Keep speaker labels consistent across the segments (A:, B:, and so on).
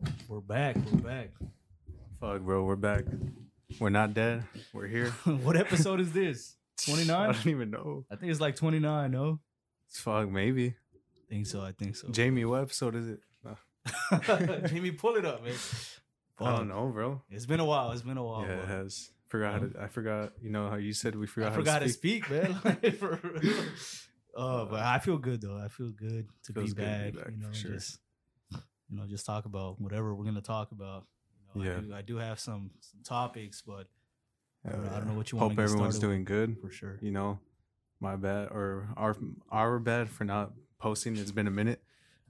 A: back. We're back.
B: Fuck, bro, we're back. We're not dead. We're here.
A: what episode is this? 29?
B: I don't even know.
A: I think it's like 29, no?
B: Fuck, maybe.
A: I think so. I think so.
B: Jamie, what episode is it?
A: Uh, Jamie, pull it up, man.
B: I
A: Fuck.
B: don't know, bro.
A: It's been a while. It's been a while.
B: yeah, it
A: bro.
B: has. Forgot how to, I forgot. You know how you said we forgot.
A: I
B: how
A: forgot
B: to
A: to
B: speak.
A: speak, man. Like, for real. Oh, but I feel good though. I feel good to be
B: Feels good to
A: back.
B: be back,
A: you know,
B: for sure.
A: just you know, just talk about whatever we're gonna talk about. You know,
B: Yeah.
A: I do, I do have some some topics, but I don't know- I
B: Hell
A: don't know
B: yeah.
A: what you wanna
B: Hope
A: get
B: everyone's
A: started with.
B: doing good.
A: for sure.
B: You know, my bad or our our bad for not posting. It's been a minute,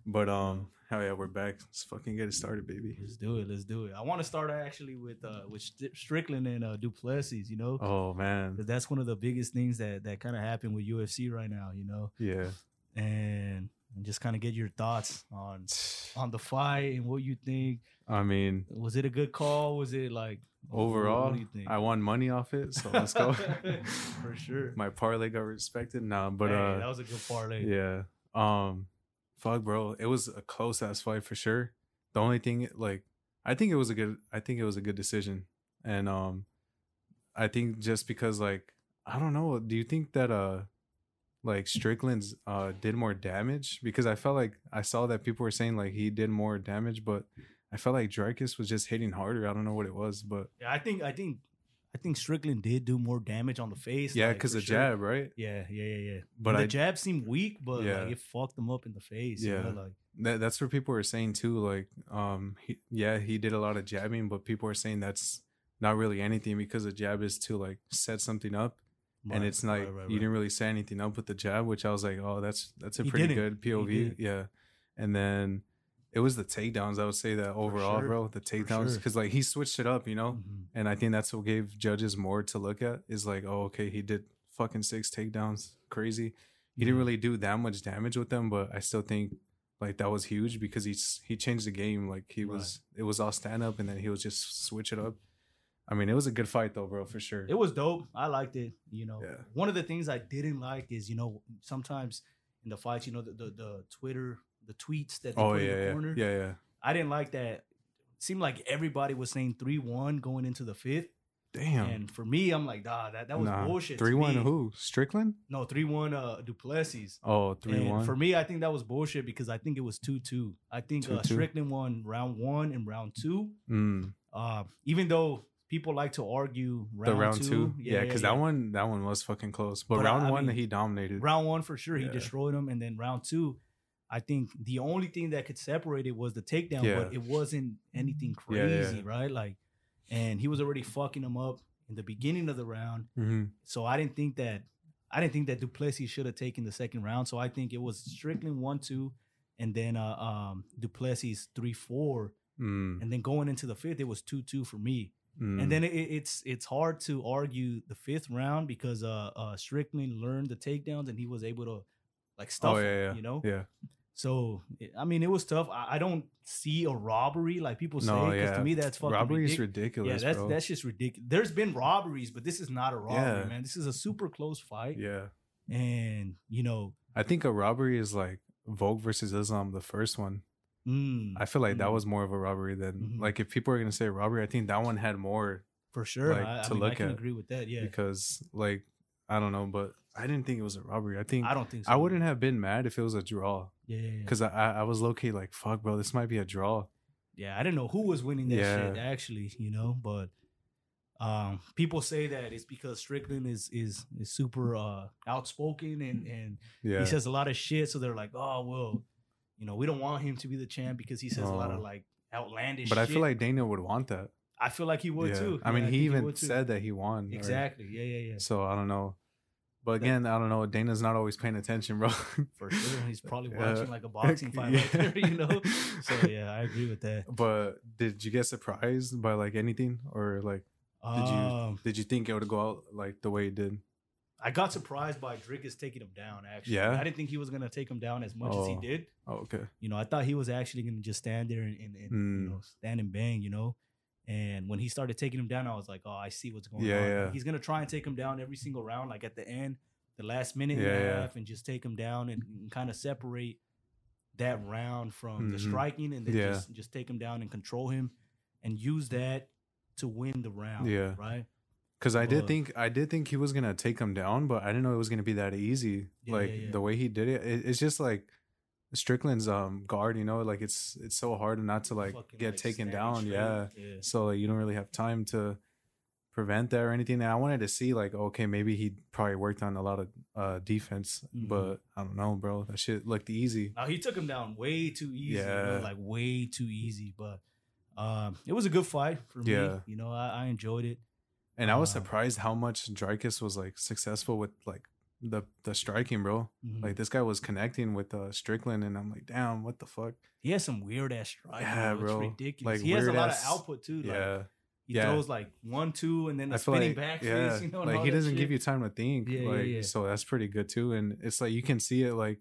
B: but um, hell yeah, we're back. Let's fucking get it started, baby.
A: Let's do it. Let's do it. I want to start actually with uh with Stri- Strickland and uh, Duplessis. You know,
B: Oh man,
A: 'Cause that's one of the biggest things that that kind of happened with UFC right now. You know,
B: yeah.
A: and, and just kind of get your thoughts on on the fight and what you think.
B: I mean,
A: Was it a good call? Was it like what- what-
B: overall,
A: What do you think?
B: I won money off it, so let's go.
A: for sure.
B: My parlay got respected. Nah, but
A: Hey,
B: uh,
A: that was a good parlay.
B: Yeah. Um fuck bro. It was a close ass fight for sure. The only thing like I think it was a good I think it was a good decision. And um I think just because like I don't know, do you think that uh like Strickland's uh did more damage? Because I felt like I saw that people were saying like he did more damage, but I felt like Drakus was just hitting harder. I don't know what it was, but
A: Yeah, I think I think I think Strickland did do more damage on the face.
B: yeah,
A: like,
B: because
A: for
B: the
A: sure.
B: jab, right?
A: Yeah, yeah, yeah, yeah.
B: But
A: the
B: I
A: jab seemed weak, but
B: Yeah.
A: like it fucked him up in the face.
B: Yeah.
A: Yeah, like
B: that, that's what people were saying too like um he, yeah he did a lot of jabbing but people are saying that's not really anything because a jab is to like set something up and
A: right,
B: it's
A: right,
B: like
A: right,
B: you
A: right.
B: didn't really set anything up with the jab which i was like oh that's that's a
A: He
B: pretty
A: didn't.
B: good pov
A: didn't.
B: yeah and then it was the takedowns i would say that overall
A: sure.
B: bro the takedowns
A: sure.
B: because like he switched it up you know
A: Mhm.
B: and i think that's what gave judges more to look at is like oh okay he did fucking six takedowns crazy he didn't
A: Yeah.
B: really do that much damage with them, but I still think like that was huge because he's he changed the game. Like he
A: Right.
B: was it was all stand up and then he was just switch it up. I mean, it was a good fight though, bro, for sure.
A: It was dope. I liked it. You know,
B: Yeah.
A: one of the things I didn't like is you know sometimes in the fights, you know the the, the Twitter the tweets that they
B: oh
A: put
B: yeah,
A: in the
B: yeah,
A: corner.
B: yeah, yeah.
A: I didn't like that. Seemed like everybody was saying three one going into the fifth,
B: Damn.
A: and for me, I'm like, nah, that, that was bullshit. to
B: Three one
A: me.
B: who? Strickland?
A: No, three one uh Duplessis.
B: Oh, three
A: And
B: one.
A: For me, I think that was bullshit because I think it was two two. I think uh,
B: 2-2.
A: Strickland won round one and round two.
B: mm,
A: Uh, even though people like to argue round,
B: the round two. Yeah, because
A: that one.
B: that one that one was fucking close. But,
A: But I-
B: round
A: I
B: one
A: mean,
B: he dominated.
A: round one for sure he
B: Yeah.
A: destroyed him and then round two i think the only thing that could separate it was the takedown
B: Yeah.
A: but it wasn't anything
B: Yeah, yeah,
A: crazy right like and he was already fucking him up in the beginning of the round
B: Mhm.
A: so i didn't think that i didn't think that duplessis should have taken the second round so i think it was strickland one two and then uh, um duplessis three four
B: Mm,
A: and then going into the fifth it was two two for me
B: mm.
A: and then it, it- it's it's hard to argue the fifth round because uh, uh Strickland learned the takedowns and he was able to like stuff
B: oh yeah,
A: him,
B: yeah.
A: you know.
B: Yeah.
A: So it- I mean, it was tough. I, I don't see a robbery like people say.
B: No,
A: 'cause
B: yeah.
A: to me, that's fucking
B: Robbery is
A: ridic-
B: ridiculous,
A: Yeah, that's
B: bro.
A: that's just ridiculous. There's been robberies, but this is not a robbery,
B: Yeah.
A: man. This is a super close fight,
B: yeah.
A: and you know,
B: I think a robbery is like Vogue versus Islam, the first one.
A: mm,
B: I feel like that
A: Mhm.
B: was more of a robbery than
A: Mhm.
B: like if people are gonna say robbery, I think that one had more
A: for sure,
B: like,
A: I, I,
B: to
A: mean, I
B: look
A: can
B: at
A: agree with that. Yeah,
B: because like I don't know, but I didn't think it was a robbery. I think
A: I
B: I,
A: don't think so.
B: wouldn't have been mad if it was a draw
A: Yeah, yeah, yeah.
B: because I, I I was low key like fuck, bro, this might be a draw.
A: yeah, I didn't know who was winning that shit
B: Yeah.
A: actually, you know, but um people say that it's because Strickland is is is super uh outspoken and and
B: Yeah,
A: he says a lot of shit so they're like, "Oh, well, you know, we don't want him to be the champ because he says a lot of
B: Oh.
A: like outlandish
B: but I
A: shit.
B: feel like Dana would want that.
A: I feel like he would
B: Yeah.
A: too.
B: I mean,
A: Yeah,
B: he
A: think
B: even
A: would, too.
B: said that he won. or-
A: Exactly. Yeah, yeah, yeah.
B: So I don't know. But again, I don't know. Dana's not always paying attention, bro.
A: For sure. He's probably
B: Yeah.
A: watching like a boxing fight right there, you know. So yeah, I agree with that.
B: But did you get surprised by like anything or like Did you-
A: Um,
B: did you think it would go out like the way it did?
A: I got surprised by Drickus taking him down actually.
B: Yeah?
A: I didn't think he was going to take him down as much as he
B: Oh.
A: did.
B: Oh, okay.
A: You know, I thought he was actually gonna just stand there and, and, and you
B: Mm.
A: know stand and bang, you know. And when he started taking him down, I was like, oh, I see what's going
B: Yeah,
A: on.
B: yeah.
A: He's gonna try and take him down every single round, like at the end, the last minute
B: Yeah,
A: and a
B: yeah.
A: half, and just take him down and, and kind of separate that round from the
B: Mhm.
A: striking and then
B: Yeah.
A: just just take him down and control him and use that to win the round.
B: Yeah.
A: Right.
B: Because I did
A: Whoa.
B: think I did think he was gonna take him down, but I didn't know it was gonna be that easy.
A: Yeah,
B: like
A: yeah, yeah.
B: the way he did it, it, it's just like Strickland's um guard, you know, like it's it's so hard not to like
A: Fucking,
B: get
A: like,
B: taken
A: stand
B: down.
A: straight.
B: Yeah.
A: Yeah.
B: So like you don't really have time to prevent that or anything. And I wanted to see like okay maybe he probably worked on a lot of uh defense,
A: Mhm.
B: but I don't know, bro. That shit looked easy.
A: Now he took him down way too easy, bro,
B: Yeah.
A: like way too easy. But um, it was a good fight for me.
B: Yeah.
A: You know, I, I enjoyed it.
B: And I was
A: Uh,
B: surprised how much Dreykus was like successful with like the the striking, bro.
A: Mhm.
B: Like this guy was connecting with uh Strickland, and I'm like, damn, what the fuck?
A: he has some weird ass strikes.
B: Yeah,
A: bro.
B: bro.
A: It's ridiculous.
B: Like,
A: he has a
B: weird
A: lot
B: ass-
A: of output too. Like,
B: yeah,
A: He
B: yeah.
A: throws like one, two, and then a
B: I feel
A: spinning
B: like
A: back
B: yeah,
A: fist. You know, and
B: like
A: all
B: he
A: that
B: doesn't
A: shit.
B: give you time to think.
A: Yeah, yeah,
B: like
A: yeah.
B: so that's pretty good too. And it's like you can see it like,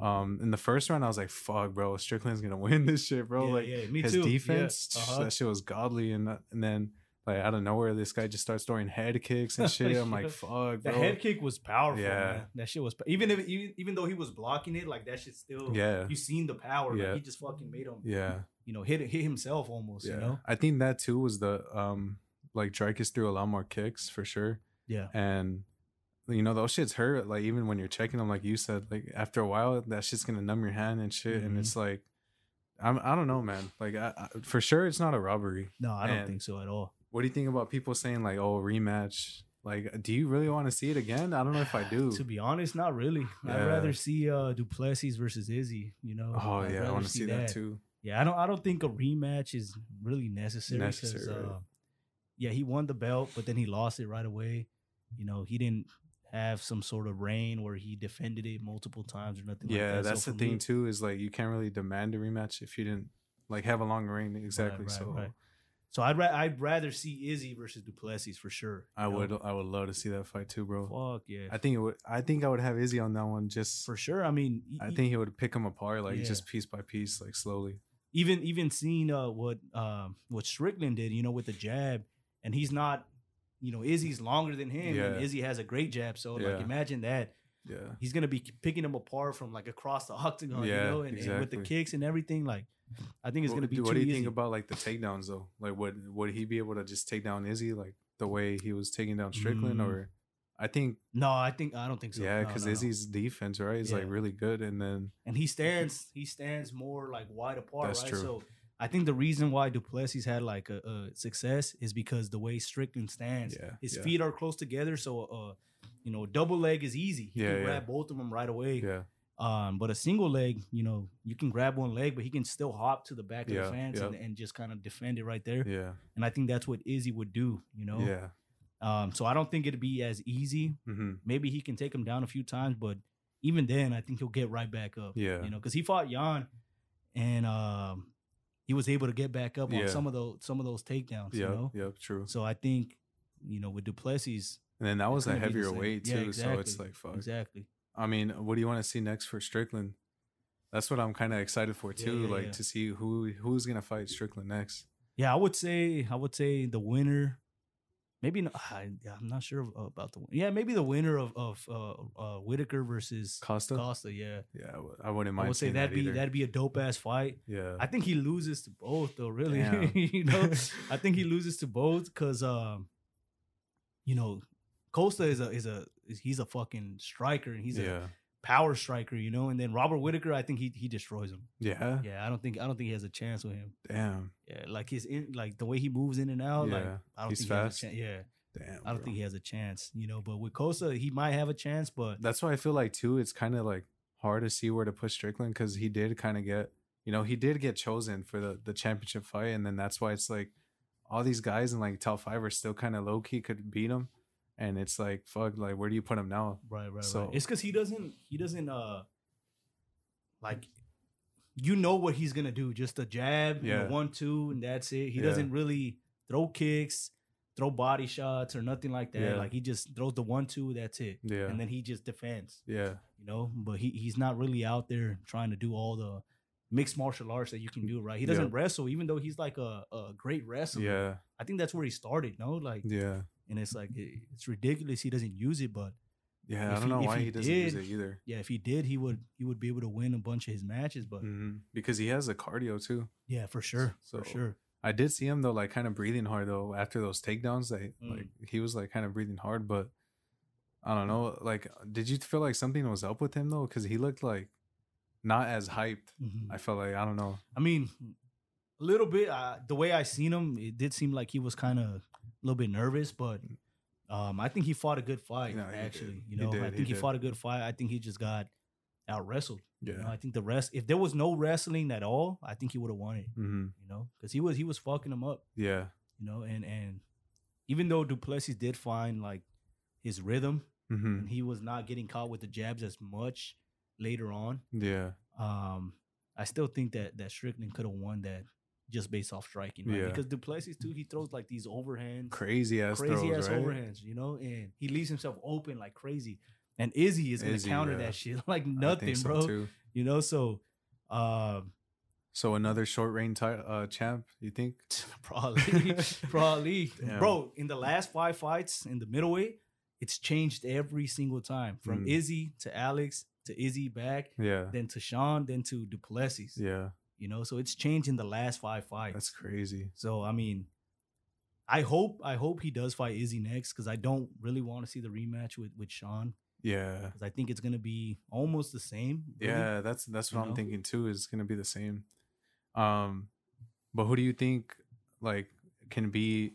B: um, in the first round I was like, fuck, bro, Strickland's gonna win this shit, bro.
A: Yeah,
B: like
A: yeah, me
B: his
A: too. Yeah,
B: defense,
A: uh-huh.
B: that shit was godly, and uh, and then like out of nowhere this guy just starts throwing head kicks and shit. I'm
A: Yeah.
B: like, fuck,
A: The
B: bro.
A: head kick was powerful.
B: Yeah.
A: man. that shit was even if even, even though he was blocking it, like that shit still.
B: yeah,
A: you seen the power. Like,
B: Yeah.
A: he just fucking made him.
B: yeah.
A: You know, hit hit himself almost. You know.
B: I think that too was the um like Dreykus threw a lot more kicks for sure.
A: Yeah.
B: And you know, those shits hurt. Like even when you're checking them, like you said, like after a while that shit's gonna numb your hand and shit.
A: Mhm.
B: And it's like I'm I don't know, man. Like I, I, for sure it's not a robbery.
A: No, I don't
B: And-
A: think so at all.
B: What do you think about people saying like, oh rematch? Like, do you really want to see it again? I don't know if I do.
A: To be honest, not really. I'd
B: Yeah.
A: rather see uh Duplessis versus Izzy, you know.
B: oh
A: I'd
B: yeah, I
A: rather
B: want to see, that too.
A: Yeah, I don't I don't think a rematch is really necessary. 'cause,
B: Necessary.
A: uh, yeah, he won the belt, but then he lost it right away. You know, he didn't have some sort of reign where he defended it multiple times or nothing like that. So
B: yeah, that's
A: for
B: the thing
A: me-
B: too, is like you can't really demand a rematch if you didn't like have a long reign. Exactly.
A: right,
B: so
A: right. So I'd ra- I'd rather see Izzy versus Duplessis for sure.
B: I
A: you know?
B: would I would love to see that fight too, bro.
A: Fuck yeah.
B: I think it would. I think I would have Izzy on that one. Just
A: for sure. I mean, e-
B: I
A: e-
B: think he would pick him apart, like
A: Yeah.
B: just piece by piece, like slowly.
A: even even seeing uh, what um, what Strickland did, you know, with the jab, and he's not, you know, Izzy's longer than him,
B: Yeah.
A: and Izzy has a great jab. So
B: Yeah.
A: like, imagine that
B: Yeah,
A: he's gonna be picking him apart from like across the octagon, you
B: Yeah,
A: know, and, and with the
B: exactly.
A: kicks and everything. Like, I think it's
B: What-
A: gonna be
B: What
A: too
B: do you
A: easy.
B: think about like the takedowns though? Like, would would he be able to just take down Izzy like the way he was taking down Strickland?
A: Mm.
B: Or I think
A: no, I think I don't think so.
B: yeah,
A: No,
B: because
A: no, no.
B: Izzy's defense right is
A: Yeah.
B: like really good, and then
A: and he stands he stands more like wide apart,
B: That's
A: right?
B: true.
A: So. I think the reason why Duplessis had like a, a success is because the way Strickland stands,
B: Yeah,
A: his
B: yeah.
A: feet are close together, so uh, you know, double leg is easy. He
B: Yeah,
A: can
B: yeah.
A: grab both of them right away.
B: yeah,
A: Um, but a single leg, you know, you can grab one leg, but he can still hop to the back of
B: Yeah,
A: the fence
B: yeah.
A: and, and just kind of defend it right there.
B: yeah,
A: And I think that's what Izzy would do, you know.
B: yeah.
A: Um, so I don't think it'd be as easy.
B: hmm
A: Maybe he can take him down a few times, but even then, I think he'll get right back up.
B: Yeah.
A: you know, because he fought Jan, and um, he was able to get back up
B: Yeah.
A: on some of those some of those takedowns. You
B: Yep,
A: know,
B: yep, true.
A: so I think you know with Duplessis,
B: And then that was a
A: gonna be the
B: heavier
A: same.
B: weight
A: Yeah,
B: too, so it's
A: exactly,
B: like fuck.
A: exactly.
B: I mean, what do you want to see next for Strickland? That's what I'm kind of excited for
A: Yeah,
B: too,
A: yeah,
B: like
A: yeah.
B: to see who who's gonna fight Strickland next.
A: Yeah, I would say I would say the winner. Maybe not, I, I'm not sure about the yeah maybe the winner of of uh, uh, Whitaker versus
B: Costa.
A: Costa. Yeah,
B: Yeah, I w- I wouldn't mind.
A: I would say
B: seeing
A: that'd
B: that
A: be
B: either.
A: that'd be a dope ass fight.
B: Yeah,
A: I think he loses to both though. Really,
B: Damn.
A: you know, I think he loses to both because um, you know, Costa is a is a is, he's a fucking striker and he's a
B: yeah,
A: power striker, you know. And then Robert Whitaker, I think he he destroys him.
B: yeah.
A: Yeah, I don't think I don't think he has a chance with him.
B: Damn,
A: Yeah, like his in like the way he moves in and out, like
B: Yeah,
A: I don't
B: he's
A: think
B: fast.
A: he has a chance. Yeah,
B: damn.
A: I don't
B: bro.
A: think he has a chance, you know. But with Costa, he might have a chance, but
B: That's why I feel like too. It's kind of like hard to see where to push Strickland because he did kind of get, you know, he did get chosen for the the championship fight, and then that's why it's like all these guys in like top five are still kind of low key could beat him, and it's like fuck, like where do you put him now?
A: Right, right, right.
B: So-
A: It's because he doesn't. He doesn't. Uh, like, you know what he's gonna do? Just a jab, yeah,
B: Yeah.
A: one, two, and that's it. He
B: Yeah.
A: doesn't really throw kicks, throw body shots, or nothing like that.
B: Yeah.
A: Like he just throws the one, two, that's it,
B: Yeah,
A: and then he just defends.
B: yeah,
A: You know, but he he's not really out there trying to do all the mixed martial arts that you can do. Right? He
B: Yeah.
A: doesn't wrestle, even though he's like a a great wrestler.
B: yeah,
A: I think that's where he started. No, like
B: yeah.
A: and it's like it- it's ridiculous he doesn't use it but
B: Yeah, I
A: If
B: don't
A: he-
B: know
A: if
B: why
A: he
B: he doesn't use
A: did-
B: it either.
A: Yeah, if he did, he would he would be able to win a bunch of his matches. But
B: Mhm. Because he has the cardio too.
A: yeah, for sure,
B: So-
A: for sure.
B: I did see him though, like kind of breathing hard though after those takedowns. Like,
A: Mm.
B: like he was like kind of breathing hard, but I don't know. Like, did you feel like something was up with him though? Because he looked like not as hyped.
A: Mhm.
B: I felt like I don't know.
A: I mean, a little bit. Uh, the way I seen him, it did seem like he was kind of a little bit nervous, but um, I think he fought a good fight.
B: Mm. No, he did.
A: actually,
B: He
A: you know,
B: did,
A: I
B: he
A: think he,
B: did.
A: fought a good fight. I think he just got out wrestled. You know,
B: Yeah.
A: I think the rest, if there was no wrestling at all, I think he would have won it.
B: hmm
A: You know, because he was he was fucking him up.
B: Yeah.
A: You know, and and even though Duplessis did find like his rhythm
B: hmm
A: and he was not getting caught with the jabs as much later on,
B: Yeah.
A: um, I still think that that Strickland could have won that just based off striking, right?
B: Yeah.
A: Because Duplessis too, he throws like these overhands,
B: Crazy ass.
A: crazy ass
B: throws, right?
A: overhands, you know, and he leaves himself open like crazy. And Izzy is gonna
B: Izzy,
A: counter
B: yeah.
A: that shit like
B: I
A: nothing,
B: think so,
A: bro.
B: too.
A: You know, so um,
B: So another short reign ti- uh, champ. You think?
A: probably, probably,
B: Damn.
A: bro. In the last five fights in the middleweight, it's changed every single time from
B: Mm.
A: Izzy to Alex to Izzy back,
B: Yeah.
A: then to Sean, then to Duplessis.
B: Yeah.
A: You know, so it's changed in the last five fights.
B: That's crazy.
A: So I mean, I hope I hope he does fight Izzy next because I don't really want to see the rematch with with Sean
B: Yeah.
A: because I think it's gonna be almost the same. really.
B: Yeah, that's that's
A: you
B: what I'm
A: know?
B: thinking too. Is gonna be the same. Um, but who do you think like can be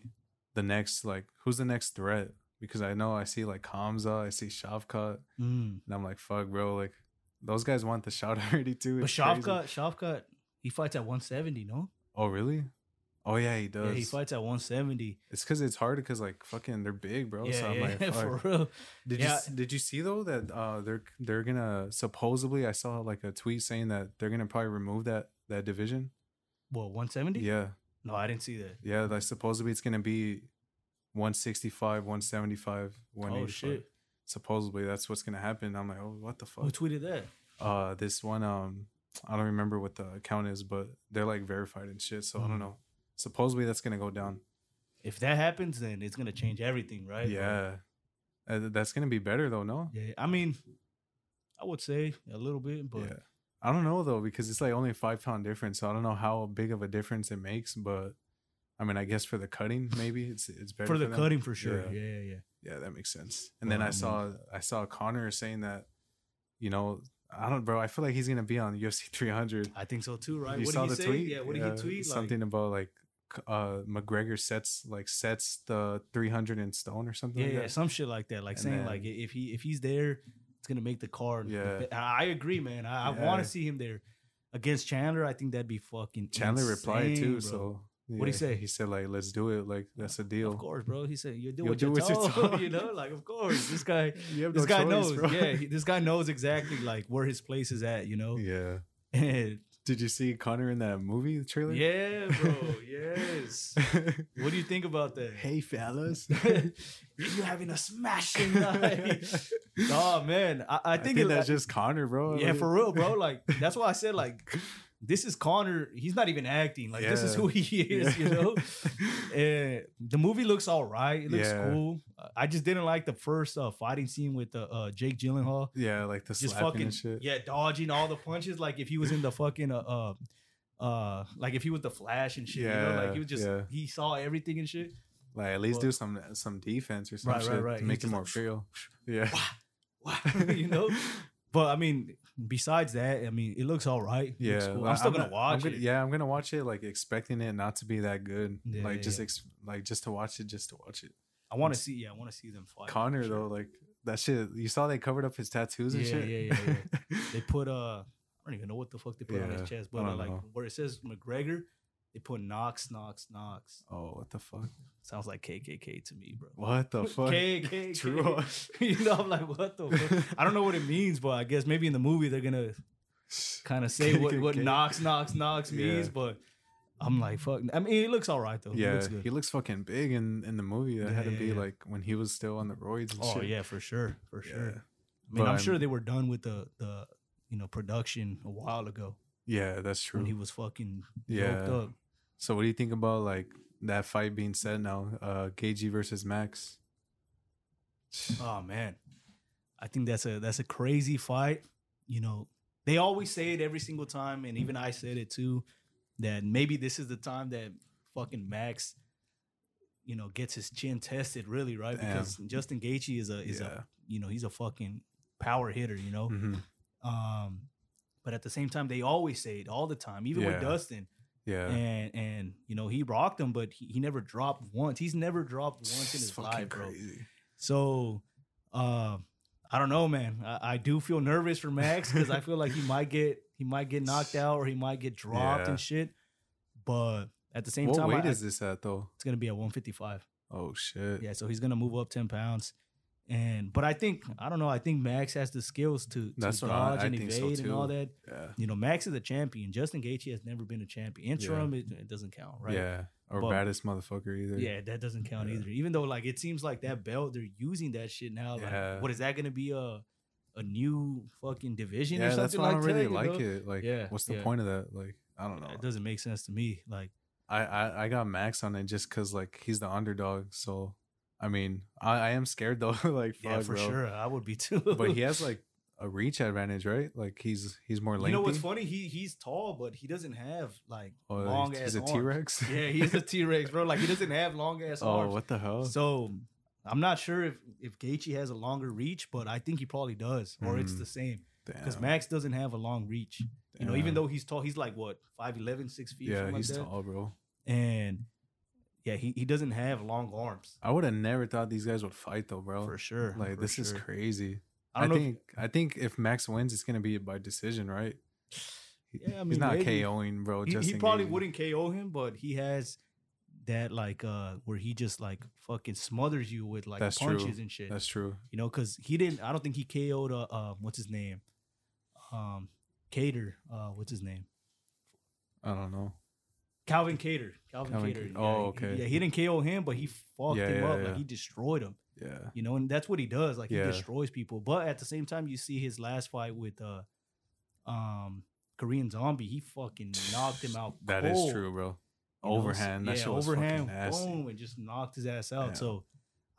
B: the next like who's the next threat? Because I know I see like Kamza, I see Shavkat,
A: Mm.
B: and I'm like, fuck, bro, like those guys want the shot already too.
A: But
B: It's crazy.
A: Shavkat, Shavkat, he fights at 170. No,
B: Oh really? Oh yeah, he does.
A: yeah, he fights at 170.
B: It's because it's hard because like fucking they're big, bro.
A: yeah,
B: so I'm
A: yeah,
B: like, fuck.
A: for real.
B: Did you
A: Yeah.
B: s- did you see though that uh they're they're gonna supposedly I saw like a tweet saying that they're gonna probably remove that that division.
A: Well, 170.
B: Yeah.
A: No, I didn't see that.
B: Yeah, like supposedly it's gonna be 165, 175,
A: Oh
B: 185.
A: shit!
B: Supposedly that's what's gonna happen. I'm like, oh, what the
A: Who
B: fuck?
A: tweeted that?
B: Uh, this one, um, I don't remember what the account is, but they're like verified and shit. So I
A: Mhm.
B: don't know. Supposedly that's gonna go down.
A: If that happens, then it's gonna change everything, right?
B: Yeah, Uh, th- that's gonna be better though. No.
A: Yeah. I mean, I would say a little bit, but
B: Yeah. I don't know though because it's like only a five pound difference. So I don't know how big of a difference it makes, but. I mean, I guess for the cutting, maybe it's it's better
A: for the
B: them.
A: cutting for sure.
B: Yeah.
A: Yeah, yeah, yeah.
B: Yeah, that makes sense. And then
A: Well,
B: I
A: I mean-
B: saw I saw Connor saying that, you know, I don't, bro. I feel like he's gonna be on UFC 300.
A: I think so too, right?
B: You
A: what
B: saw
A: did he
B: the
A: say?
B: tweet?
A: Yeah, what did he tweet? Like,
B: Something about like c- uh McGregor sets like sets the 300 in stone or something.
A: yeah,
B: like
A: yeah,
B: that.
A: some shit like that. Like
B: And
A: saying like i-
B: then-
A: if he if he's there, it's gonna make the card.
B: Yeah.
A: I I agree, man. I, I want
B: Yeah.
A: to see him there against Chandler. I think that'd be fucking.
B: Chandler replied
A: insane,
B: too.
A: bro.
B: So
A: What'd he
B: yeah,
A: say?
B: He said like, let's do it. Like that's a deal.
A: Of course, bro. He said, "You do
B: You'll
A: what
B: do
A: you're
B: what you're
A: told."
B: told.
A: you know, like of course, this guy,
B: You have
A: this
B: no
A: guy
B: choice,
A: knows.
B: bro.
A: Yeah, he- this guy knows exactly like where his place is at. You know,
B: yeah.
A: and
B: Did you see Connor in that movie trailer?
A: yeah, bro. Yes. what do you think about that?
B: hey fellas.
A: you having a smashing night. oh man, I, I
B: I
A: think,
B: think,
A: it-
B: that's just Connor, bro.
A: yeah,
B: Like-
A: for real, bro. Like that's why I said like this is Connor. He's not even acting. Like this is
B: Yeah.
A: who he is. You know. And the movie looks all right. It looks
B: Yeah.
A: cool. Uh, I just didn't like the first uh, fighting scene with uh, uh, Jake Gyllenhaal.
B: Yeah, like the
A: Just
B: slapping
A: fucking
B: and shit.
A: yeah, dodging all the punches. Like if he was in the fucking uh, uh, uh like if he was the Flash and shit. You know? Like
B: Yeah,
A: he was just
B: yeah.
A: he saw everything and shit.
B: Like at least
A: Well-
B: do some some defense or some
A: Right, right,
B: shit
A: right.
B: to
A: He's
B: make it
A: just
B: more
A: like,
B: real. Yeah.
A: you know. But I mean, besides that, I mean, it looks all right. It
B: Yeah.
A: looks cool.
B: like,
A: I'm still gonna
B: not-
A: watch
B: I'm gonna-
A: it.
B: Yeah, I'm gonna watch it like expecting it not to be that good.
A: Yeah,
B: like
A: yeah,
B: just
A: yeah.
B: ex- like just to watch it, just to watch it.
A: I want to see. Yeah, I want to see them fight.
B: Connor
A: for sure.
B: though, like that shit. You saw they covered up his tattoos and
A: Yeah,
B: shit.
A: yeah, yeah, they put uh, I don't even know what the fuck they put on
B: Yeah,
A: his chest, but
B: I
A: uh,
B: don't
A: like
B: know.
A: where it says McGregor, they put Knox, Knox, Knox.
B: oh, what the fuck?
A: Sounds like KKK to me, bro.
B: What the fuck?
A: KKK.
B: True.
A: you know, I'm like, what the? fuck? I don't know what it means, but I guess maybe in the movie they're gonna kind of say what what
B: KKK.
A: Knox, Knox, Knox
B: Yeah.
A: means, but. I'm like fuck. I mean, it looks all right though. it
B: Yeah,
A: looks good.
B: he looks fucking big in in the movie. That
A: Yeah,
B: had to
A: yeah,
B: be
A: yeah.
B: like when he was still on the roids. And
A: Oh
B: shit.
A: yeah, for sure, for
B: Yeah.
A: sure. I mean,
B: But
A: I'm
B: I'm-
A: sure they were done with the the you know production a while ago
B: Yeah, that's true.
A: when he was fucking
B: Yeah.
A: yoked up.
B: So what do you think about like that fight being set now? Uh Gagey versus Max.
A: Oh man, I think that's a that's a crazy fight. You know, they always say it every single time, and even I said it too, that maybe this is the time that fucking Max, you know, gets his chin tested really, right?
B: Damn.
A: Because Justin Gaethje is a is a
B: yeah.
A: you know he's a fucking power hitter, you know.
B: Mhm.
A: Um, but at the same time, they always say it all the time, even
B: Yeah.
A: with Dustin,
B: Yeah.
A: and and you know he rocked him, but he, he never dropped once. He's never dropped once in
B: It's
A: his
B: fucking
A: life, bro.
B: crazy.
A: So, uh, I don't know, man. I, I do feel nervous for Max because I feel like he might get he might get knocked out or he might get dropped
B: Yeah.
A: and shit. But at the same
B: What
A: time,
B: weight
A: I-
B: is this at though?
A: it's gonna be at 155.
B: Oh shit.
A: Yeah, so he's gonna move up 10 pounds. And but I think I don't know. I think Max has the skills to, to
B: That's
A: dodge
B: what I- I
A: and
B: think
A: evade
B: so,
A: and all
B: too.
A: that.
B: Yeah.
A: You know, Max is a champion. Justin Gaethje has never been a champion. Interim, it, it doesn't count, right?
B: Yeah. Or
A: But-
B: baddest motherfucker either.
A: Yeah, that doesn't count
B: Yeah.
A: either. Even though like it seems like that belt, they're using that shit now. Like,
B: Yeah.
A: what is that gonna be a a new fucking division or
B: Yeah,
A: something
B: that's why
A: like
B: I don't really
A: that? you
B: like
A: know?
B: it. Like,
A: Yeah,
B: what's the
A: yeah.
B: point of that? Like, I don't know.
A: It doesn't make sense to me. Like,
B: I, I I got Max on it just because like he's the underdog. So, I mean, I, I am scared though. like,
A: yeah,
B: fuck,
A: for
B: bro.
A: sure, I would be too.
B: But he has like a reach advantage, right? Like he's he's more
A: you
B: lengthy.
A: know what's funny? He he's tall, but he doesn't have like
B: Oh,
A: long
B: he's,
A: ass
B: he's a T Rex.
A: Yeah, he's a T Rex, bro. Like he doesn't have long ass
B: oh,
A: arms.
B: what the hell?
A: So I'm not sure if if Gaethje has a longer reach, but I think he probably does, or it's
B: Mm.
A: the same because
B: Damn,
A: Max doesn't have a long reach. You know, even
B: damn.
A: though he's tall, he's like what 5'11", 6 feet.
B: yeah,
A: something
B: he's
A: like that.
B: tall, bro.
A: and yeah, he, he doesn't have long arms
B: I would have never thought these guys would fight though, bro.
A: for sure.
B: Oh, Like
A: for
B: this is
A: sure.
B: crazy.
A: I
B: I,
A: don't know.
B: think I think if Max wins, it's gonna be by decision, right? He-
A: Yeah, I
B: he's
A: mean,
B: not
A: maybe.
B: KOing, bro.
A: if, he-
B: just
A: he, probably
B: engaging.
A: wouldn't KO him, but he has that like uh where he just like fucking smothers you with like
B: That's true.
A: punches and shit.
B: That's true.
A: you know, because he didn't. I don't think he KO'd. Uh, uh, what's his name? Um, Cater. Uh, what's his name?
B: I don't know.
A: Calvin Cater. Calvin,
B: Calvin
A: Cater.
B: Cater. Oh,
A: he-
B: okay.
A: yeah, he didn't KO him, but he fucked
B: Yeah,
A: him
B: yeah,
A: up.
B: yeah.
A: Like he destroyed him.
B: Yeah.
A: You know, and that's what he does. Like
B: Yeah.
A: he destroys people. But at the same time, you see his last fight with uh, um, Korean Zombie. He fucking knocked him out.
B: That is
A: cold.
B: true, bro.
A: You know,
B: Overhand.
A: so-
B: that shit was fucking nasty.
A: boom, and just knocked his ass out.
B: Yeah.
A: So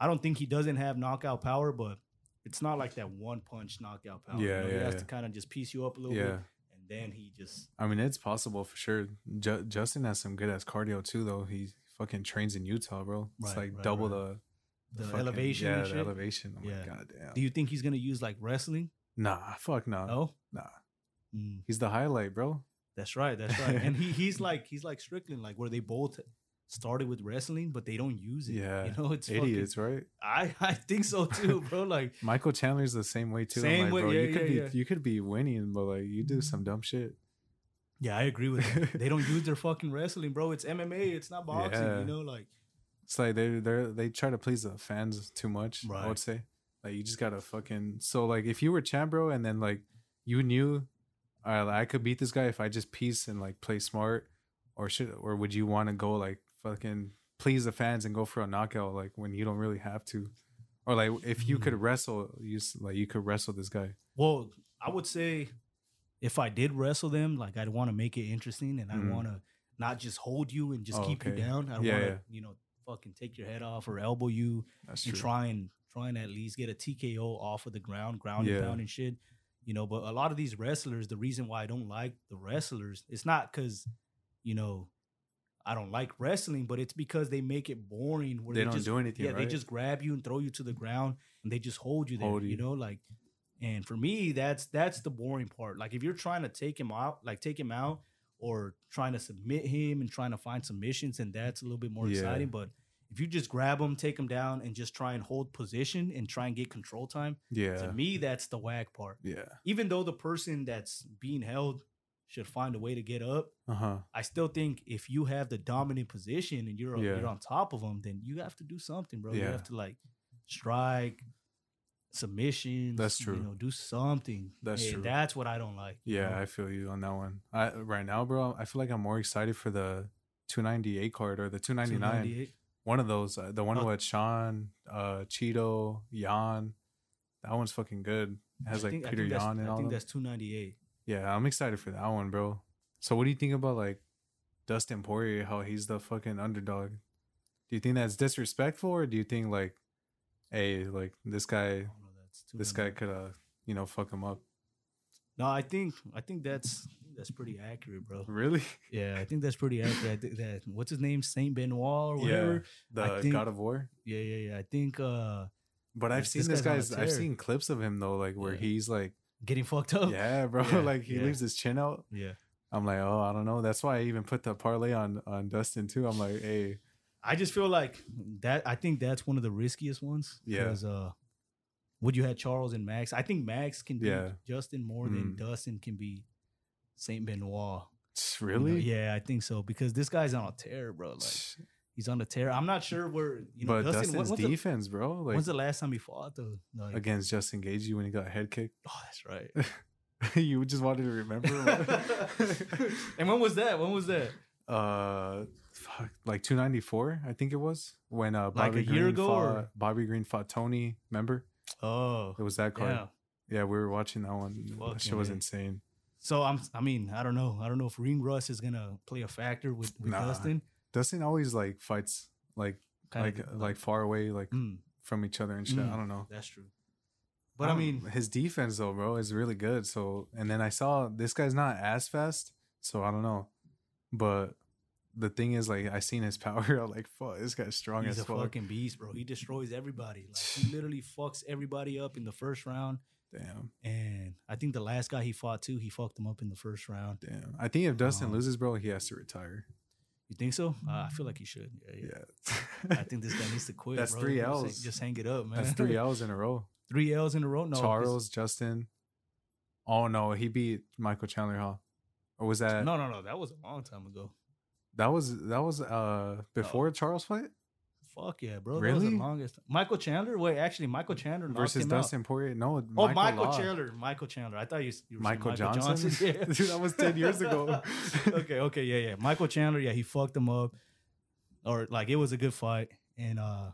A: I don't think he doesn't have knockout power, but it's not like that one punch knockout power.
B: Yeah,
A: he
B: yeah,
A: has
B: yeah.
A: to kind of just piece you up a little
B: Yeah.
A: bit, and then he just
B: I mean, it's possible for sure. Ju- Justin has some good ass cardio too, though. He fucking trains in Utah, bro. It's
A: Right,
B: like
A: right,
B: double
A: right.
B: the,
A: the
B: fucking-
A: elevation.
B: Yeah,
A: and
B: the
A: shit.
B: elevation. I'm
A: Yeah.
B: like, goddamn.
A: Do you think he's gonna use like wrestling?
B: nah, fuck no.
A: No,
B: Uh, Nah.
A: Mm,
B: He's the highlight, bro.
A: that's right, that's right. and he he's like he's like Strickland, like where they both started with wrestling, but they don't use it.
B: Yeah,
A: you know it's
B: Idiots, right?
A: Fucking, I I think so too, bro. Like
B: Michael Chandler's the same way too. I'm
A: Same
B: like,
A: way,
B: bro,
A: yeah,
B: you could
A: yeah, Mm-hmm.
B: be
A: yeah.
B: you could be winning, but like you do some dumb shit.
A: yeah, I agree with that. they don't use their fucking wrestling, bro. It's MMA, it's not boxing.
B: Yeah.
A: You know, like.
B: It's like they they they try to please the fans too much. I
A: Right.
B: would say like you just gotta fucking so like if you were champ bro and then like you knew, all right, like, I could beat this guy if I just piece and like play smart, or should or would you want to go like fucking please the fans and go for a knockout like when you don't really have to, or like if you
A: Hmm.
B: could wrestle you s- like you could wrestle this guy.
A: Well, I would say if I did wrestle them, like I'd want to make it interesting and
B: Mm.
A: I want to not just hold you and just
B: Oh,
A: keep
B: okay.
A: you down. I
B: Yeah,
A: want to,
B: yeah.
A: you know, fucking take your head off or elbow you
B: That's
A: and
B: true.
A: try and try and at least get a TKO off of the ground, ground
B: Yeah.
A: and pound and shit. You know, but a lot of these wrestlers, the reason why I don't like the wrestlers, it's not because, you know, I don't like wrestling, but it's because they make it boring where
B: they,
A: they,
B: don't
A: just
B: do anything.
A: yeah,
B: right?
A: they just grab you and throw you to the ground, and they just hold you there.
B: Hold
A: you.
B: you.
A: know, like, and for me, that's that's the boring part. Like, if you're trying to take him out, like take him out, or trying to submit him and trying to find submissions, and that's a little bit more
B: Yeah.
A: exciting. But if you just grab him, take him down, and just try and hold position and try and get control time,
B: yeah
A: to me, that's the whack part.
B: yeah
A: Even though the person that's being held should find a way to get up,
B: uh huh
A: I still think if you have the dominant position and you're
B: Yeah.
A: you're on top of them, then you have to do something, bro. You
B: Yeah.
A: have to like strike, submissions.
B: That's true.
A: You know, do something.
B: That's
A: And
B: true.
A: That's what I don't like. you
B: Yeah,
A: know?
B: I feel you on that one. I right now, bro, I feel like I'm more excited for the 298 card or the 299.
A: 298.
B: One of those, uh, the one
A: Oh.
B: with Sean, uh, Cheeto, Jan. That one's fucking good. It
A: I
B: has like
A: think- I
B: Peter
A: think that's-
B: Yan and
A: I
B: all
A: think
B: that.
A: that's 298.
B: Yeah, I'm excited for that one, bro. So what do you think about like Dustin Poirier? How he's the fucking underdog? Do you think that's disrespectful, or do you think like, hey, like this guy
A: I don't know that. it's too
B: This
A: many.
B: guy could uh you know fuck him up.
A: No, I think I think that's that's pretty accurate, bro.
B: Really?
A: Yeah, I think that's pretty accurate. I think that what's his name, Saint Benoit or whatever.
B: The
A: think-
B: God of War.
A: Yeah, yeah, yeah. I think uh
B: But I've
A: This-
B: seen
A: this
B: this
A: guy's on a
B: guy's. I've
A: tear.
B: seen clips of him though, like where
A: Yeah.
B: he's like,
A: getting fucked up.
B: yeah, bro,
A: Yeah,
B: like he
A: yeah.
B: leaves his chin out.
A: yeah.
B: I'm like, oh, I don't know. That's why I even put the parlay on on Dustin too. I'm like, hey,
A: I just feel like that. I think that's one of the riskiest ones.
B: Yeah.
A: Because uh, would you had Charles and Max? I think Max can be
B: Yeah. Mm.
A: Justin more than Dustin can be Saint Benoit. You know,
B: really?
A: yeah, I think so because this guy's on a tear, bro. Like he's on a tear. I'm not sure where you know.
B: but
A: Dustin, when-
B: Dustin's
A: when's, the,
B: defense, bro, like
A: when's the last time he fought though? Like,
B: against Justin Gagey when he got head kicked.
A: oh, that's right.
B: you just wanted to remember.
A: and when was that? When was that?
B: uh, fuck, like 294, I think it was when uh
A: Like
B: Bobby
A: a year
B: Green
A: ago,
B: fought,
A: or-
B: Bobby Green fought Tony. Remember?
A: Oh,
B: It was that card.
A: yeah.
B: Yeah, we were watching that one.
A: Fucking
B: that shit was
A: A.
B: insane.
A: So I'm. I mean, I don't know. I don't know if Ring Rust is gonna play a factor with, with
B: Nah.
A: Dustin.
B: Dustin always like fights like like
A: Kinda-
B: like far away like
A: mm.
B: from each other and shit.
A: Mm.
B: I don't know.
A: That's true. But I
B: don't-
A: mean,
B: his defense though, bro, is really good. So, and then I saw this guy's not as fast, so I don't know. But the thing is, like, I seen his power. I'm like, fuck, this guy's strong
A: he's a
B: as fuck.
A: fucking beast, bro. He destroys everybody. Like he literally fucks everybody up in the first round.
B: Damn,
A: And I think the last guy he fought too, he fucked him up in the first round.
B: damn. I think if Dustin
A: Um,
B: loses, bro, he has to retire.
A: You think so? Uh, I feel like he should. Yeah, yeah.
B: Yeah,
A: I think this guy needs to quit.
B: That's
A: bro.
B: three
A: Just-
B: Ls.
A: Just, hang it up, man.
B: that's three L's in a row.
A: Three L's in a row. No, 'cause-
B: Charles, Justin. Oh no, he beat Michael Chandler, huh? Or was that
A: No, no, no. That was a long time ago.
B: that was that was uh before Charles fight
A: Fuck yeah, bro. That was
B: Really?
A: the longest. Michael Chandler. Wait, actually, Michael Chandler knocked
B: versus
A: him out.
B: Dustin Poirier? No,
A: Oh, Michael,
B: lost.
A: Chandler. Michael Chandler. I thought you, s- you were saying
B: Michael Johnson?
A: Yeah.
B: Dude, that was 10 years ago.
A: okay, okay, yeah, yeah. Michael Chandler, yeah, he fucked him up. Or like it was a good fight. And uh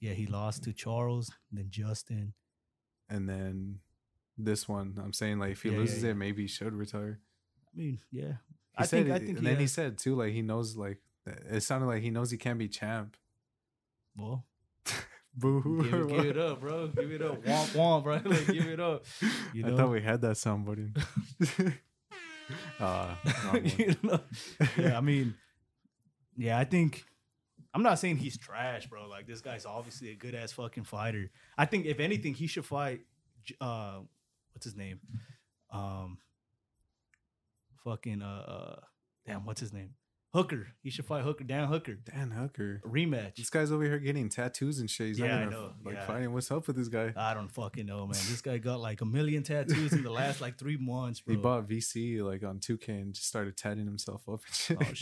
A: yeah, he lost to Charles, then Justin.
B: and then this one. I'm saying like if he
A: Yeah, yeah,
B: loses
A: yeah.
B: it, maybe he should retire.
A: I mean, yeah. I
B: He said
A: think I
B: it-
A: think
B: and
A: he
B: then he
A: has-
B: said too, like he knows like it sounded like he knows he can't be champ.
A: well,
B: Boo hoo.
A: give, it- give it up, bro. Give it up. Womp womp, bro. Like, give it up. you
B: I
A: know?
B: thought we had that soundboarding. uh, wrong one.
A: You know? Yeah, I mean, yeah, I think I'm not saying he's trash, bro. Like this guy's obviously a good ass fucking fighter. I think if anything, he should fight. J- Uh, what's his name? Um, fucking uh, uh, damn, what's his name? Hooker. He should fight Hooker. Dan Hooker
B: Dan Hooker.
A: rematch.
B: This guy's over here getting tattoos and shit. He's
A: Yeah, I
B: not gonna
A: know.
B: like
A: Yeah.
B: fighting. What's up with this guy?
A: I don't fucking know, man. This guy got like a million tattoos in the last like three months, bro.
B: He bought VC like on 2K and just started tatting himself up and shit.
A: oh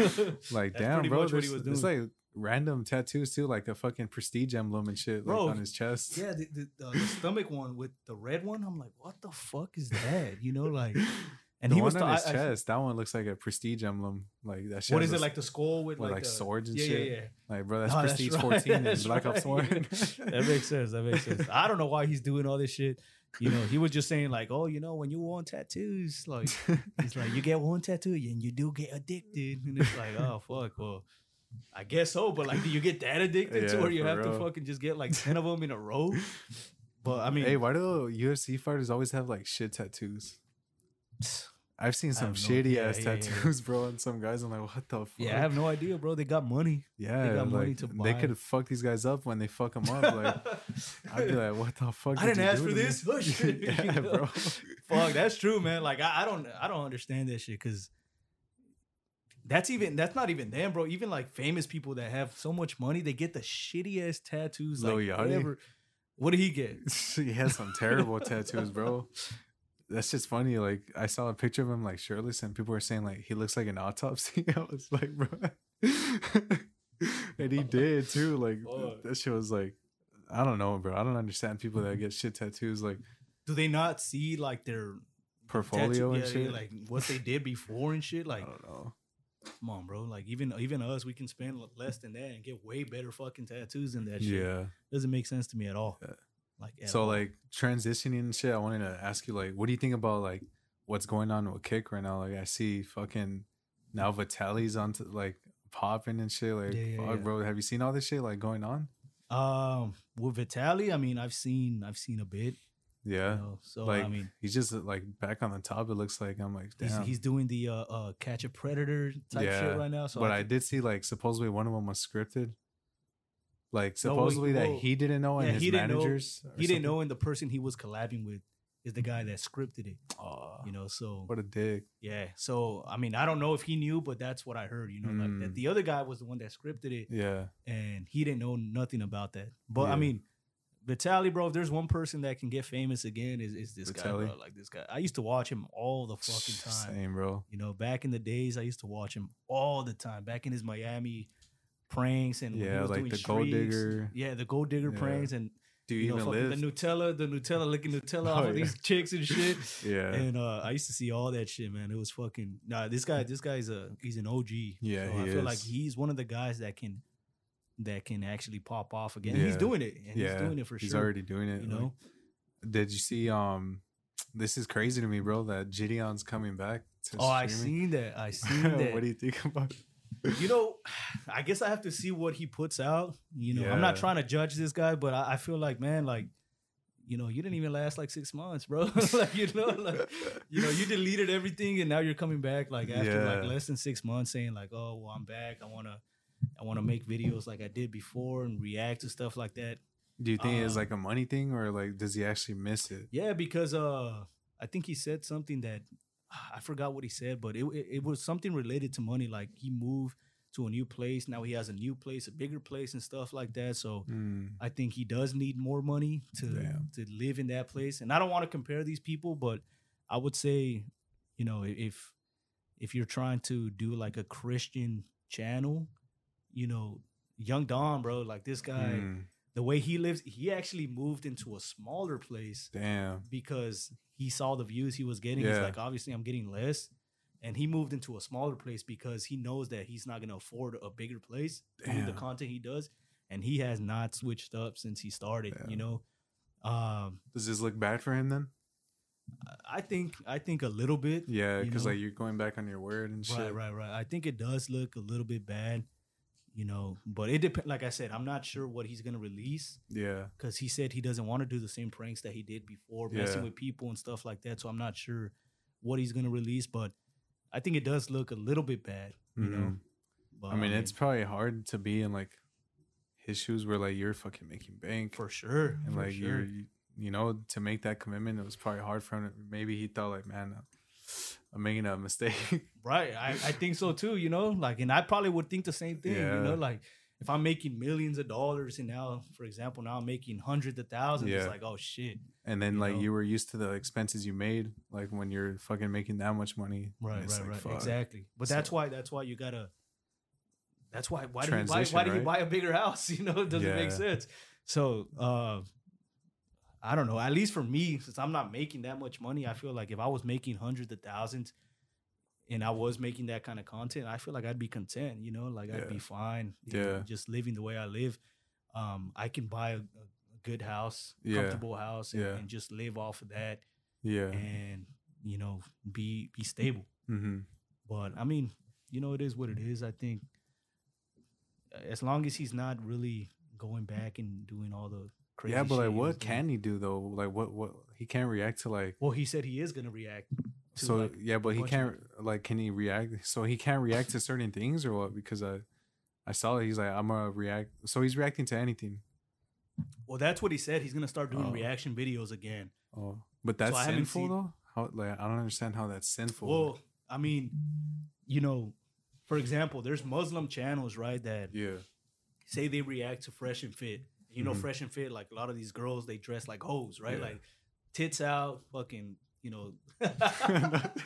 A: shit.
B: Like
A: That's
B: damn,
A: pretty
B: bro.
A: much what he was
B: there's- It's like random tattoos too, like a fucking prestige emblem and shit, like
A: Bro,
B: on his chest.
A: Yeah, the, the, the, the stomach one with the red one. I'm like, what the fuck is that? You know, like, and
B: the
A: he
B: one
A: was
B: on
A: ta-
B: his
A: I- I-
B: chest. that one looks like a prestige emblem. Like that. Shit
A: what
B: has
A: is it
B: a-
A: like the skull with,
B: with,
A: like,
B: like,
A: the,
B: swords and
A: yeah,
B: shit?
A: Yeah, yeah,
B: Like, bro, that's
A: No,
B: prestige
A: right.
B: fourteen
A: That's
B: and Black Ops One.
A: right. that makes sense. That makes sense. I don't know why he's doing all this shit. You know, he was just saying like, oh, you know, when you want tattoos, like, it's like you get one tattoo and you do get addicted, and it's like, oh fuck, well. I guess so, but like, do you get that addicted to
B: Yeah,
A: where you
B: for
A: have to
B: real.
A: fucking just get like 10 of them in a row? But I mean,
B: hey, why do UFC fighters always have like shit tattoos? I've seen some
A: have no idea.
B: shitty
A: Yeah,
B: ass
A: yeah, yeah.
B: tattoos, bro, on some guys. I'm like, what the fuck?
A: Yeah, I have no idea, bro. They got money.
B: Yeah,
A: got money
B: like,
A: to buy.
B: They could fuck these guys up when they fuck them up. Like, I'd be like, what the fuck?
A: I
B: did
A: didn't
B: you
A: ask
B: do
A: for
B: to me?
A: this. Oh, shit.
B: yeah,
A: You know?
B: bro.
A: Fuck, that's true, man. Like I, I don't I don't understand that shit because that's even that's not even them, bro. Even like famous people that have so much money, they get the shitty ass tattoos.
B: Lil
A: Like
B: Yachty?
A: whatever. What did he get?
B: he has some terrible tattoos, bro. That's just funny. Like I saw a picture of him like shirtless, and people were saying like he looks like an autopsy. I was like, bro, and he did too. Like
A: Fuck.
B: that shit was like, I don't know, bro. I don't understand people that get shit tattoos like
A: Do they not see like their
B: portfolio
A: tattoo,
B: and
A: yeah, yeah,
B: shit. Oh.
A: like what they did before and shit?
B: I
A: Like,
B: don't know.
A: come on, bro. Like even even us, we can spend l- less than that and get way better fucking tattoos than that shit.
B: Yeah.
A: Doesn't make sense to me at all.
B: Yeah.
A: Like at
B: So
A: all.
B: like transitioning and shit, I wanted to ask you like, what do you think about like what's going on with Kick right now? Like I see fucking now Vitali's on to like popping and shit. Like,
A: Yeah, yeah,
B: fuck,
A: yeah.
B: bro, have you seen all this shit like going on?
A: Um, with Vitali, I mean, I've seen, I've seen a bit.
B: Yeah.
A: you know, so
B: like
A: I mean,
B: he's just like back on the top. It looks like I'm like
A: he's,
B: damn.
A: he's doing the uh, uh catch a predator type
B: Yeah,
A: shit right now. So
B: but
A: I
B: I
A: think-
B: did see like supposedly one of them was scripted.
A: No,
B: Like
A: wait,
B: supposedly that
A: whoa.
B: he didn't know and
A: Yeah,
B: his
A: he didn't know-
B: managers. or
A: he didn't
B: something.
A: know, and the person he was collabing with is the guy that scripted it.
B: Aw,
A: You know, so
B: what a dick.
A: yeah. So I mean, I don't know if he knew, but that's what I heard. You know, like
B: Mm.
A: that the other guy was the one that scripted it,
B: Yeah.
A: and he didn't know nothing about that. But
B: Yeah.
A: I mean, Vitaly, bro, if there's one person that can get famous again, is is this guy,
B: Vitaly?
A: bro. Like this guy, I used to watch him all the fucking time.
B: Same, bro.
A: You know, back in the days, I used to watch him all the time. Back in his Miami pranks and when he
B: Yeah,
A: was
B: like
A: doing
B: the Gold
A: streaks.
B: Digger.
A: Yeah, the gold digger
B: Yeah.
A: pranks and
B: Do you,
A: you, know
B: even
A: fucking
B: live?
A: the Nutella, the Nutella licking Nutella
B: Oh,
A: off of
B: yeah.
A: these chicks and shit.
B: yeah.
A: And uh, I used to see all that shit, man. It was fucking nah. This guy, this guy's a he's an OG.
B: Yeah,
A: so
B: he
A: I feel like
B: is.
A: he's one of the guys that can that can actually pop off again. He's
B: Yeah.
A: doing it, and
B: yeah.
A: he's doing it for
B: He's
A: sure.
B: already doing it.
A: you
B: like-
A: know,
B: did you see um this is crazy to me, bro, that Gideon's coming back to
A: oh, I
B: streaming?
A: seen that. I seen that.
B: what do you think about it?
A: you know, I guess I have to see what he puts out. You know, I'm not
B: Yeah.
A: trying to judge this guy, but I, I feel like, man, like, you know, you didn't even last like six months, bro. like, you know, like, you know, you deleted everything, and now you're coming back like after like
B: Yeah.
A: less than six months, saying like, oh, well, I'm back. I wanna, I wanna make videos like I did before and react to stuff like that.
B: Do you think it's
A: Um,
B: like a money thing or like does he actually miss it?
A: Yeah, because uh, I think he said something that ah, I forgot what he said, but it it, it was something related to money. Like he moved to a new place. Now he has a new place, a bigger place, and stuff like that. So
B: Mm,
A: I think he does need more money to
B: Damn.
A: to live in that place. And I don't want to compare these people, but I would say, you know, i- if if you're trying to do like a Christian channel, you know, Young Don, bro, like this guy,
B: mm,
A: the way he lives, he actually moved into a smaller place
B: damn.
A: because he saw the views he was getting. He's
B: Yeah.
A: like, obviously, I'm getting less. And he moved into a smaller place because he knows that he's not going to afford a bigger place through the
B: Damn.
A: content he does. And he has not switched up since he started, you
B: Damn.
A: know? Um,
B: Does this look bad for him then?
A: I- I think, I think a little bit.
B: Yeah,
A: You
B: because
A: know?
B: like you're going back on your word and shit.
A: Right, right, right. I think it does look a little bit bad, you know, but it depends. Like I said, I'm not sure what he's going to release
B: Yeah.
A: because he said he doesn't want to do the same pranks that he did before, messing
B: Yeah.
A: with people and stuff like that. So I'm not sure what he's gonna release, but I think it does look a little bit bad, you know.
B: Mhm.
A: But,
B: I mean, it's probably hard to be in like his shoes where like you're fucking making bank.
A: for sure,
B: and
A: for
B: like
A: sure.
B: you're you know to make that commitment it was probably hard for him maybe he thought like man i'm making a mistake
A: right. I, I think so too, you know. Like, and I probably would think the same thing, you know.
B: Yeah.
A: Like, if I'm making millions of dollars and now, for example, now I'm making hundreds of thousands,
B: Yeah.
A: it's like, oh shit,
B: and then
A: You
B: like
A: know?
B: you were used to the expenses you made like when you're fucking making that much money and
A: right,
B: it's
A: right,
B: like,
A: right,
B: fuck.
A: exactly. But that's
B: So-
A: why, that's why you gotta. That's why. Why did he buy?
B: Transition,
A: Why did he
B: right?
A: buy a bigger house? You know, it doesn't
B: Yeah.
A: make sense. So uh, I don't know. At least for me, since I'm not making that much money, I feel like if I was making hundreds of thousands, and I was making that kind of content, I feel like I'd be content. You know, like I'd
B: Yeah.
A: be fine. you know,
B: Yeah.
A: just living the way I live. Um, I can buy a, a good house,
B: Yeah.
A: comfortable house, and,
B: Yeah.
A: and just live off of that,
B: yeah
A: and you know, be be stable.
B: hmm
A: But I mean, you know, it is what it is. I think as long as he's not really going back and doing all the crazy.
B: yeah but
A: shit
B: like
A: he was
B: what
A: doing-
B: can he do though like what what he can't react to like
A: Well, he said he is gonna react. To
B: so
A: like,
B: yeah but he
A: bunch
B: can't
A: of-
B: like can he react so he can't react to certain things or what because i i saw it, he's like i'm gonna react so he's reacting to anything
A: well, that's what he said. He's gonna start doing
B: Oh.
A: reaction videos again.
B: Oh, but that's
A: I haven't
B: sinful
A: seen-
B: though. How like I don't understand how that's sinful.
A: Well, I mean, you know, for example, there's Muslim channels, right? That
B: yeah,
A: say they react to fresh and fit. You know,
B: Mhm.
A: fresh and fit, like a lot of these girls, they dress like hoes, right?
B: Yeah.
A: Like tits out, fucking, you know,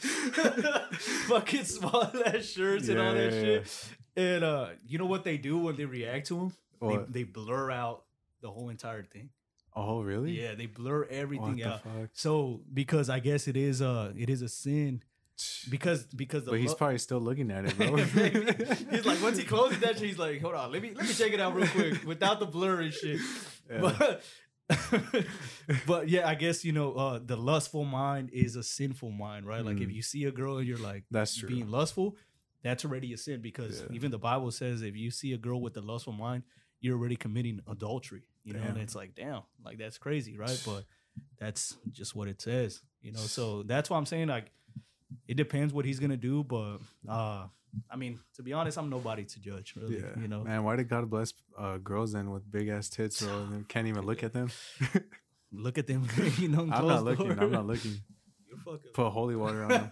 A: fucking small ass shirts and all that
B: Yeah.
A: shit. And uh, you know what they do when they react to them?
B: What?
A: They, they blur out the whole entire thing.
B: oh really?
A: Yeah, they blur
B: What
A: everything uh,
B: the
A: out.
B: fuck?
A: So because I guess it is uh it is a sin because because the
B: But he's
A: lo-
B: probably still looking at it, bro.
A: Maybe. he's like, once he closes that shit, he's like, hold on, let me let me check it out real quick without the blur and shit.
B: Yeah.
A: But but yeah, I guess you know uh, the lustful mind is a sinful mind, right? Like if
B: Mm.
A: you see a girl and you're like
B: That's true.
A: being lustful, that's already a sin because
B: Yeah.
A: even the Bible says if you see a girl with a lustful mind, you're already committing adultery. You know, and
B: Damn.
A: it's like, damn, like that's crazy, right? But that's just what it says. You know, so that's why I'm saying like it depends what he's gonna do, but uh I mean, to be honest, I'm nobody to judge, really.
B: yeah,
A: You know,
B: man. Why did God bless uh, girls then with big ass tits so they can't even look at them?
A: look at them. You know,
B: I'm
A: closed
B: not looking.
A: door.
B: I'm not looking.
A: You're fucking.
B: Put holy water on them.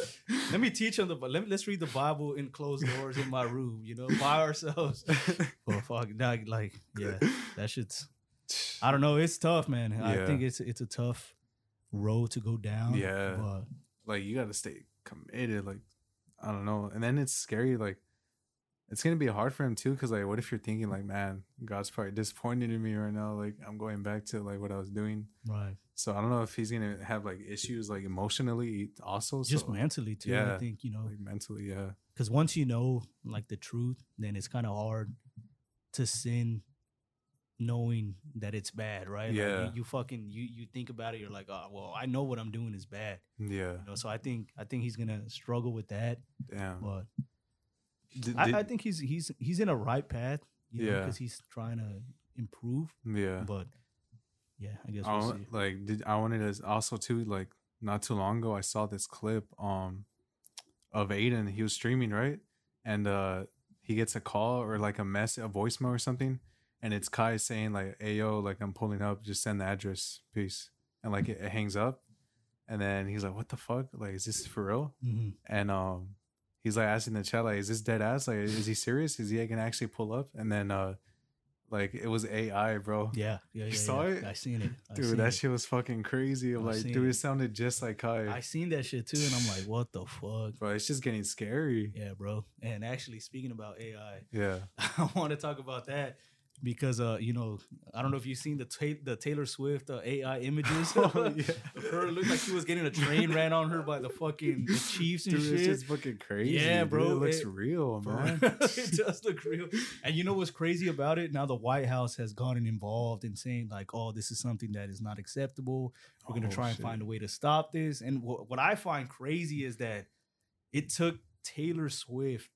A: let me teach them the. Let me, let's read the Bible in closed doors in my room. You know, by ourselves. But fuck, dog, like, yeah, that shit's. I don't know. It's tough, man. I
B: Yeah.
A: think it's it's a tough road to go down.
B: Yeah.
A: but
B: like you gotta stay committed like i don't know and then it's scary like it's gonna be hard for him too because like what if you're thinking like man god's probably disappointed in me right now like i'm going back to like what i was doing
A: right,
B: so i don't know if he's gonna have like issues like emotionally also
A: just
B: so,
A: mentally too. I
B: yeah.
A: think you know
B: like mentally yeah
A: because once you know like the truth, then it's kind of hard to sin, knowing that it's bad, right? Like, you-
B: Yeah.
A: you fucking you you think about it. You're like, oh well, I know what I'm doing is bad.
B: yeah
A: You know, so I think I think he's gonna struggle with that.
B: damn
A: But
B: Did- did-
A: I, I think he's he's he's in a right path. You yeah,
B: Yeah.
A: because he's trying to improve.
B: yeah Oh,
A: But yeah, I guess
B: I
A: we'll
B: want-
A: see.
B: like did I wanted to also too like not too long ago I saw this clip um of Aiden he was streaming right and uh he gets a call or like a mess a voicemail or something and it's Kai saying like hey yo like I'm pulling up just send the address peace and like it, it hangs up and then he's like what the fuck like is this for real
A: Mhm.
B: and um he's like asking the chat like is this dead ass like is he serious is he gonna actually pull up and then uh like it was AI bro
A: Yeah, yeah, yeah.
B: You saw
A: yeah.
B: it?
A: I seen it, I seen
B: Dude, that
A: it.
B: shit was fucking crazy.
A: I've
B: I'm like,
A: seen
B: dude,
A: it.
B: it sounded just like Kai.
A: I seen that shit too, and I'm like, what the fuck?
B: Bro, it's just getting scary.
A: Yeah, bro. And actually, speaking about AI,
B: Yeah.
A: I want to talk about that because uh, you know, I don't know if you've seen the ta- the Taylor Swift uh, AI images.
B: Oh, yeah.
A: Of her it looked like she was getting a train ran on her by the fucking the Chiefs and
B: Dude,
A: shit.
B: it's just fucking crazy.
A: Yeah,
B: dude.
A: bro,
B: It looks
A: it-
B: real,
A: For
B: man.
A: real. it does look real. And you know what's crazy about it? Now the White House has gotten involved in saying like, "Oh, this is something that is not acceptable. We're going to
B: Oh,
A: try and
B: shit.
A: find a way to stop this." And wh- what I find crazy is that it took Taylor Swift,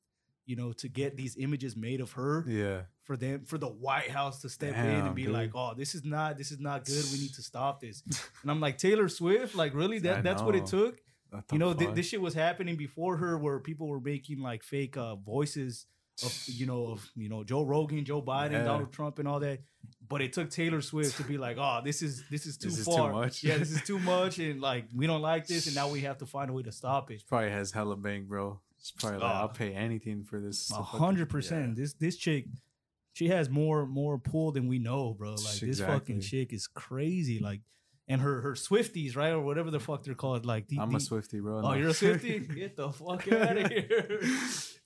A: you know, to get these images made of her
B: Yeah.
A: for them for the White House to step in and
B: Damn,
A: be
B: dude.
A: like, "Oh, this is not this is not good. We need to stop this." And I'm like, "Taylor Swift, like really
B: I
A: that that's what it
B: know.
A: took?"
B: What the
A: you know, thi-
B: fuck?
A: this shit was happening before her, where people were making like fake uh, voices of, you know, of you know Joe Rogan, Joe Biden,
B: Yeah.
A: Donald Trump, and all that. But it took Taylor Swift to be like, "Oh, this is this is too
B: This is too
A: far.
B: much."
A: Yeah, this is too much, and like we don't like this, and now we have to find a way to stop it."
B: probably has hella bank, bro. It's probably like,
A: Oh.
B: I'll pay anything for this.
A: A
B: to fucking-
A: hundred percent. This this chick, she has more more pull than we know, bro. Like this fucking
B: Exactly.
A: chick is crazy. Like, and her her Swifties, right, or whatever the fuck they're called. Like, the,
B: Yeah. I'm a
A: the-
B: Swifty, bro.
A: Oh,
B: No.
A: you're a Swifty? Get the fuck out of here.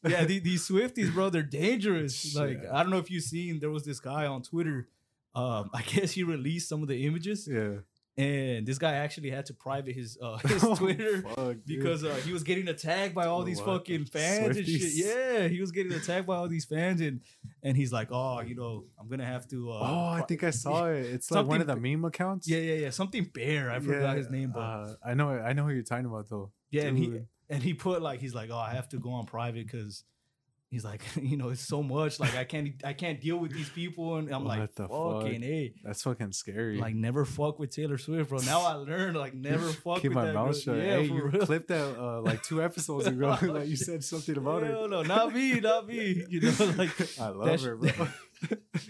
A: yeah, the, these Swifties, bro, they're dangerous. Like,
B: Yeah.
A: I don't know if you've seen, there was this guy on Twitter. Um, I guess he released some of the images,
B: yeah.
A: and this guy actually had to private his uh, his Twitter
B: Oh, fuck, dude.
A: because uh, he was getting attacked by all these
B: What?
A: fucking fans and shit.
B: Swifties?
A: Yeah, he was getting attacked by all these fans, and and he's like, oh, you know, I'm gonna have to. Uh,
B: Oh, I
A: pri-
B: think I saw it. It's like one of the
A: Something-
B: meme accounts.
A: Yeah, yeah, yeah. Something bear. I forgot
B: Yeah,
A: his name, but
B: uh, I know I know who you're talking about though.
A: yeah, and he
B: Dude.
A: and he put like he's like, oh, I have to go on private because he's like, you know, it's so much. Like I can't I can't deal with these people, and I'm like,
B: What the fuck?
A: fucking a.
B: That's fucking scary.
A: Like never fuck with Taylor Swift, bro. Now I learned like never fuck
B: Keep
A: with
B: my
A: that
B: mouth
A: girl.
B: shut. hey, you clipped that uh, like two episodes ago. like you said something about
A: Hell
B: her.
A: no, not me, not me. You know, like
B: I
A: that
B: love
A: sh-
B: her, bro.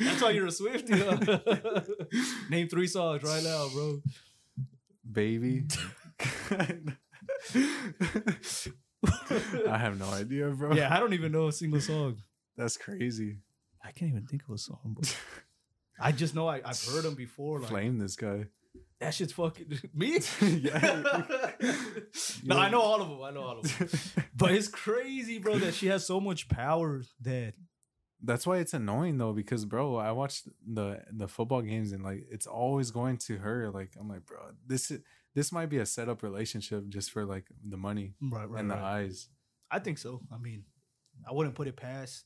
A: that's why you're a Swift. Huh? Name three songs right now, bro.
B: Baby. I have no idea, bro.
A: Yeah, I don't even know a single song.
B: That's crazy.
A: I can't even think of a song, bro. I just know I, I've heard them before. Like,
B: Flame this guy.
A: That shit's fucking me.
B: Yeah.
A: no, I
B: Yeah.
A: know all of them. I know all of them. but it's crazy, bro, that she has so much power that
B: That's why it's annoying though, because bro, I watched the the football games and like it's always going to her. Like I'm like, bro, this is this might be a setup relationship just for like the money
A: right, right,
B: and the
A: right.
B: eyes.
A: I think so. I mean, I wouldn't put it past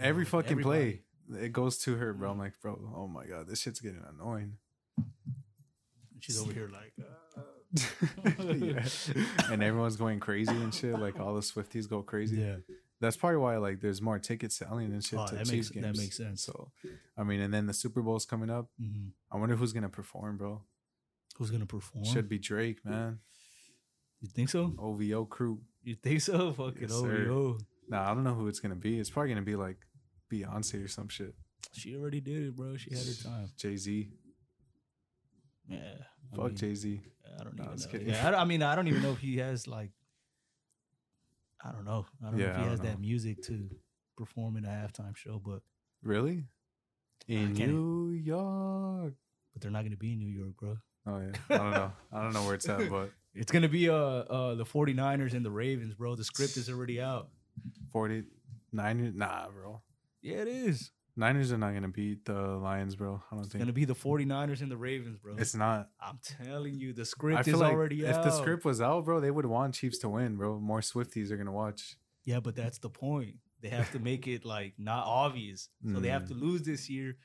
A: you
B: Every
A: know,
B: fucking
A: everybody.
B: play, it goes to her, bro. I'm like, bro, oh my god, this shit's getting annoying.
A: She's over here like, uh,
B: Yeah. And everyone's going crazy and shit. Like all the Swifties go crazy.
A: yeah.
B: That's probably why like there's more tickets selling and shit
A: Oh,
B: to
A: that makes
B: Chiefs games.
A: that makes sense.
B: So, I mean, and then the Super Bowl's coming up.
A: Mhm.
B: I wonder who's gonna perform, bro.
A: Who's gonna perform?
B: Should be Drake, man.
A: you think so?
B: OVO crew.
A: You think so? oh, Fucking
B: Yes, sir.
A: OVO.
B: Nah, I don't know who it's gonna be. It's probably gonna be like Beyonce or some shit.
A: She already did it, bro. She had her time.
B: Jay Z.
A: Yeah. I
B: Fuck
A: mean,
B: Jay Z.
A: I don't
B: Nah,
A: even
B: just
A: know.
B: kidding.
A: Yeah, I, don't- I mean, I don't even know if he has like, I don't know. I don't know
B: Yeah,
A: if
B: I
A: he
B: don't
A: has
B: know.
A: that music to perform in a halftime show, but
B: Really? In
A: can't-
B: New York.
A: but they're not gonna be in New York, bro.
B: Oh yeah. I don't know. I don't know where it's at, but
A: It's gonna be uh uh the 49ers and the Ravens, bro. The script is already out.
B: 40 Niners. Nah, bro.
A: Yeah, it is.
B: Niners are not gonna beat the Lions, bro. I don't
A: It's gonna
B: think
A: be the 49ers and the Ravens, bro.
B: it's not.
A: I'm telling you, the
B: I
A: script
B: feel
A: is
B: like
A: already
B: if
A: out.
B: the script was out, bro, they would want Chiefs to win, bro. More Swifties are gonna watch.
A: Yeah, but that's the point. They have to make it like not obvious. So they have
B: Mm.
A: to lose this year.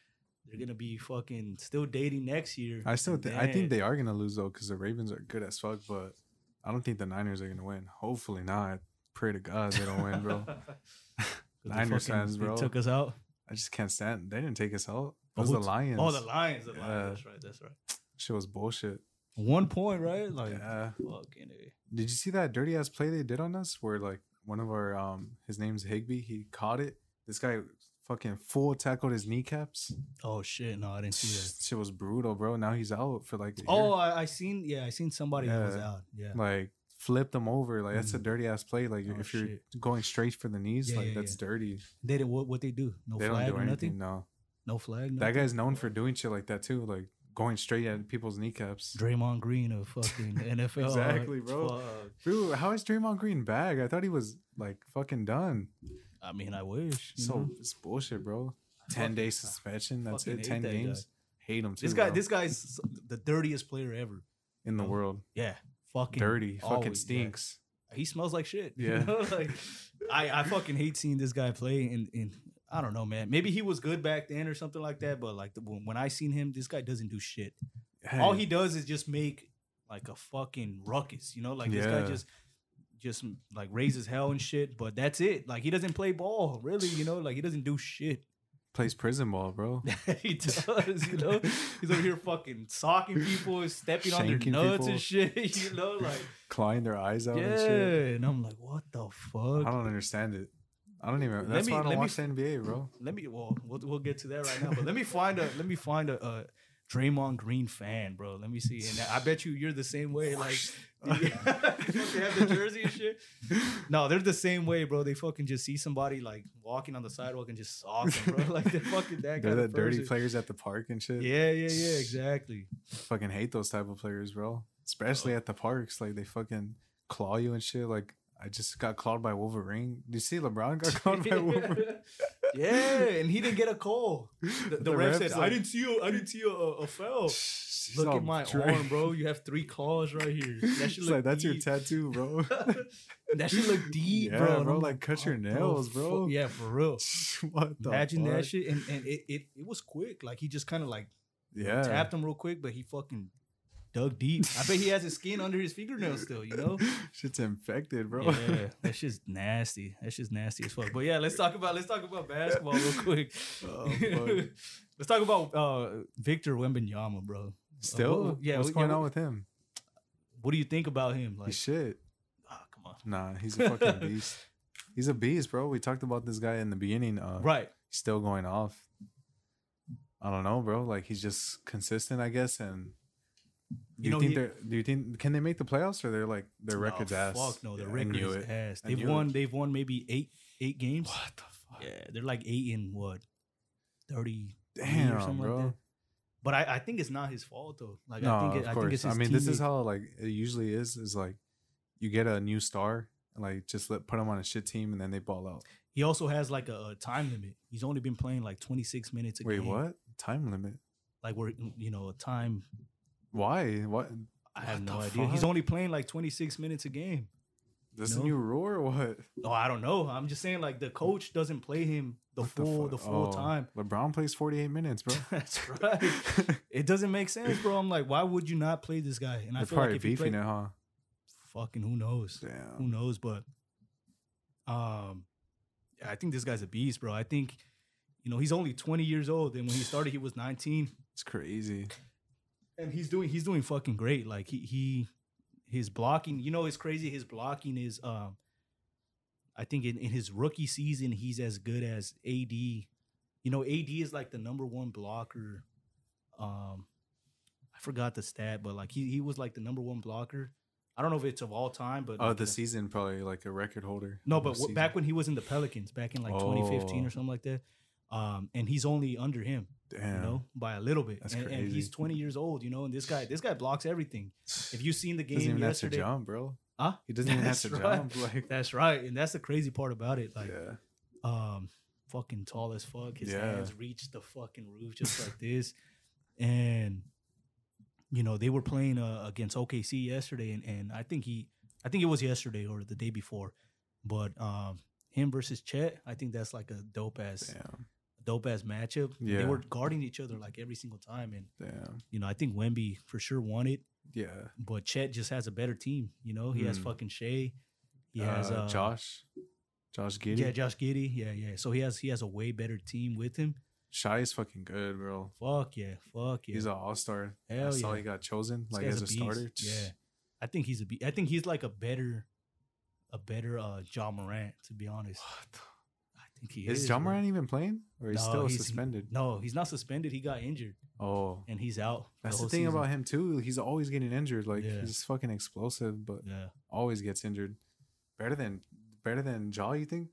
A: They're gonna be fucking still dating next year.
B: I still,
A: and
B: th- I
A: then-
B: think they are gonna lose though, because the Ravens are good as fuck. But I don't think the Niners are gonna win. Hopefully not. Pray to God they don't win, bro.
A: 'Cause they
B: Niners
A: fucking-
B: fans,
A: they
B: bro.
A: took us out.
B: I just can't stand. They didn't take us out. It
A: But
B: was the
A: who t-
B: Lions.
A: Oh, the Lions, the
B: Yeah.
A: Lions. That's right. That's right.
B: shit was bullshit.
A: One point, right? Like
B: Yeah.
A: fucking. eh.
B: Did you see that dirty ass play they did on us? Where like one of our um, his name's Higby. He caught it. This guy fucking full tackled his kneecaps.
A: Oh shit! No, I didn't see that.
B: Shit was brutal, bro. Now he's out for like. a year.
A: Oh, I, I seen. Yeah, I seen somebody that was
B: Yeah.
A: out. Yeah.
B: like flip them over. Like that's a
A: Mhm.
B: dirty ass play. Like
A: Oh,
B: if you're
A: shit.
B: going straight for the knees,
A: Yeah,
B: like
A: yeah,
B: that's dirty.
A: They didn't. What? What they do? No
B: they
A: flag
B: don't do
A: or nothing.
B: anything. No,
A: No flag.
B: that
A: nothing?
B: guy's known for doing shit like that too. Like going straight at people's kneecaps.
A: Draymond Green of fucking NFL.
B: Exactly, bro.
A: uh, Fuck.
B: Bro, how is Draymond Green back? I thought he was like fucking done.
A: I mean, I wish. you
B: So
A: know?
B: it's bullshit, bro.
A: Mm-hmm.
B: Ten
A: Fuck-
B: day suspension. That's
A: fucking
B: it.
A: hate
B: Ten
A: that guy.
B: games. Hate him too.
A: This guy,
B: bro.
A: this guy's the dirtiest player ever.
B: in the
A: Oh,
B: world,
A: Yeah, fucking
B: dirty, fucking
A: always, yeah.
B: stinks.
A: He smells like shit. you
B: Yeah.
A: know? like I, I fucking hate seeing this guy play. And and I don't know, man. Maybe he was good back then or something like that. But like the, when, when I seen him, this guy doesn't do shit. All
B: Hey,
A: he does is just make like a fucking ruckus. You know, like this
B: Yeah.
A: guy just just like raises hell and shit. But that's it. Like he doesn't play ball really. You know, like he doesn't do shit.
B: plays prison ball, bro.
A: he does, you know. He's over here fucking socking people, stepping on their
B: Shanking
A: nuts
B: people.
A: and shit, you know, like
B: Clawing their eyes out
A: yeah.
B: and shit.
A: And I'm like, what the
B: I
A: fuck?
B: don't understand it. I don't even.
A: Let
B: That's
A: me-
B: why I
A: let
B: don't
A: me-
B: watch the NBA, bro.
A: Let me well, we'll we'll get to that right now, but let me find a let me find a, a Draymond Green fan, bro. Let me see, and I bet you you're the same way. Like, you have the jersey and shit. No, they're the same way, bro. They fucking just see somebody like walking on the sidewalk and just sock them, bro. Like they're fucking that
B: They're
A: kind
B: the
A: of
B: dirty
A: person.
B: players at the park and shit.
A: Yeah, yeah, yeah, exactly.
B: Fucking hate those type of players, bro. Especially at the parks, like they fucking claw you and shit. Like I just got clawed by Wolverine. Do you see LeBron got clawed by Wolverine?
A: yeah, and he didn't get a call. The, the, ref, said, "I didn't see you. I didn't see a, a, a foul. Look at my arm, bro. You have three claws right here. That
B: That's
A: should
B: like
A: look
B: that's your
A: deep.
B: tattoo, bro.
A: that should look deep,
B: Yeah,
A: bro. And
B: bro,
A: I'm
B: like, cut your
A: "What the
B: nails,
A: fu-"
B: bro."
A: Yeah, for real.
B: what the
A: Imagine
B: fuck?
A: that shit, and, and it, it it was quick. Like he just kind of like
B: Yeah,
A: tapped him real quick, but he fucking dug deep. I bet he has his skin under his fingernails still. You know.
B: shit's infected, bro.
A: Yeah, that shit's nasty. That shit's nasty as fuck. But yeah, let's talk about let's talk about basketball real quick.
B: Oh, fuck.
A: let's talk about uh, Victor Wembanyama, bro.
B: Still,
A: what- yeah,
B: what's
A: what-
B: going
A: yeah,
B: on
A: what-
B: with him?
A: What do you think about him? Like,
B: He's shit.
A: ah, come on,
B: Nah, he's a fucking beast. He's a beast, bro. We talked about this guy in the beginning. Uh,
A: right?
B: he's still going off. I don't know, bro. Like he's just consistent, I guess. And do
A: You
B: you,
A: know,
B: think
A: he-
B: they're? Do you think can they make the playoffs or they're like their records
A: oh,
B: ass?
A: Fuck no, the
B: Yeah, I
A: record
B: knew
A: is
B: it.
A: ass.
B: I
A: They've
B: knew
A: won.
B: it.
A: They've won maybe eight eight games.
B: What the fuck?
A: Yeah, they're like eight in what thirty or
B: Damn,
A: something
B: bro.
A: like that. But I, I think it's not his fault though. Like
B: no,
A: I think it,
B: of
A: I
B: course. I,
A: think it's his
B: mean, this is
A: teammate-
B: how like it usually is. Is like you get a new star, and, like just let put them on a shit team, and then they ball out.
A: He also has like a, a time limit. He's only been playing like 26 minutes a
B: Wait,
A: game.
B: what? Time limit?
A: Like we're you know a time.
B: Why? What?
A: I have
B: What
A: no
B: the
A: idea. He's
B: fuck?
A: only playing like 26 minutes a game.
B: This is a
A: No.
B: new rule or what?
A: Oh, I don't know. I'm just saying like the coach doesn't play him the
B: What
A: full
B: fuck?
A: the, full
B: Oh,
A: time.
B: LeBron plays forty eight minutes, bro.
A: That's right. it doesn't make sense, bro. I'm like, why would you not play this guy? And I
B: They're
A: feel like
B: probably
A: if he
B: beefing
A: played,
B: it, huh?
A: fucking who knows,
B: Damn.
A: who knows? But um, I think this guy's a beast, bro. I think, you know, he's only 20 years old, and when he started, he was 19,
B: It's crazy.
A: and he's doing he's doing fucking great. Like he he his blocking, you know, it's crazy. His blocking is, um, I think in, in his rookie season, he's as good as AD. You know, AD is like the number one blocker. Um, I forgot the stat, but like he he was like the number one blocker. I don't know if it's of all time, but
B: Oh,
A: like,
B: the season probably like a record holder.
A: no,
B: of
A: but
B: the
A: w- back
B: season.
A: when he was in the Pelicans, back in like 2015
B: Oh.
A: or something like that, um, and he's only under him,
B: damn,
A: you know, by a little bit.
B: That's
A: and, and he's
B: crazy.
A: 20 years old, you know, and this guy, this guy blocks everything. If you've seen the
B: doesn't
A: game
B: even
A: yesterday,
B: have to jump, bro.
A: Huh?
B: He doesn't even
A: That's
B: have to
A: right.
B: jump. Like,
A: that's right, and that's the crazy part about it. Like,
B: yeah,
A: um, fucking tall as fuck. His
B: Yeah.
A: hands reached the fucking roof just like this, and you know they were playing uh, against OKC yesterday, and, and I think he, I think it was yesterday or the day before, but um, him versus Chet, I think that's like a dope ass,
B: damn,
A: dope ass matchup. They
B: Yeah.
A: were guarding each other like every single time, and
B: damn,
A: you know I think Wemby for sure won it,
B: yeah.
A: but Chet just has a better team. You know he has
B: Mm.
A: fucking Shea, he has uh,
B: Josh, Josh Giddy.
A: Yeah, Josh Giddy. Yeah, yeah. So he has he has a way better team with him.
B: Shy is fucking good, bro.
A: Fuck yeah, fuck yeah.
B: He's an all star. I
A: Hell
B: saw
A: yeah.
B: he got chosen
A: This
B: like
A: guy's
B: as a,
A: beast.
B: starter.
A: Yeah, I think he's a be- I think he's like a better, a better uh John Morant. To be honest,
B: What the-
A: I think he
B: Is
A: is.
B: John
A: bro.
B: Moran even playing, or he's
A: No,
B: still
A: he's- he-
B: suspended?
A: No, he's not suspended. He got injured
B: oh,
A: and he's out. for
B: that's the,
A: whole
B: thing
A: season.
B: about him too. He's always getting injured. Like
A: Yeah.
B: he's fucking explosive, but
A: Yeah,
B: always gets injured. Better than better than Jaw, you think?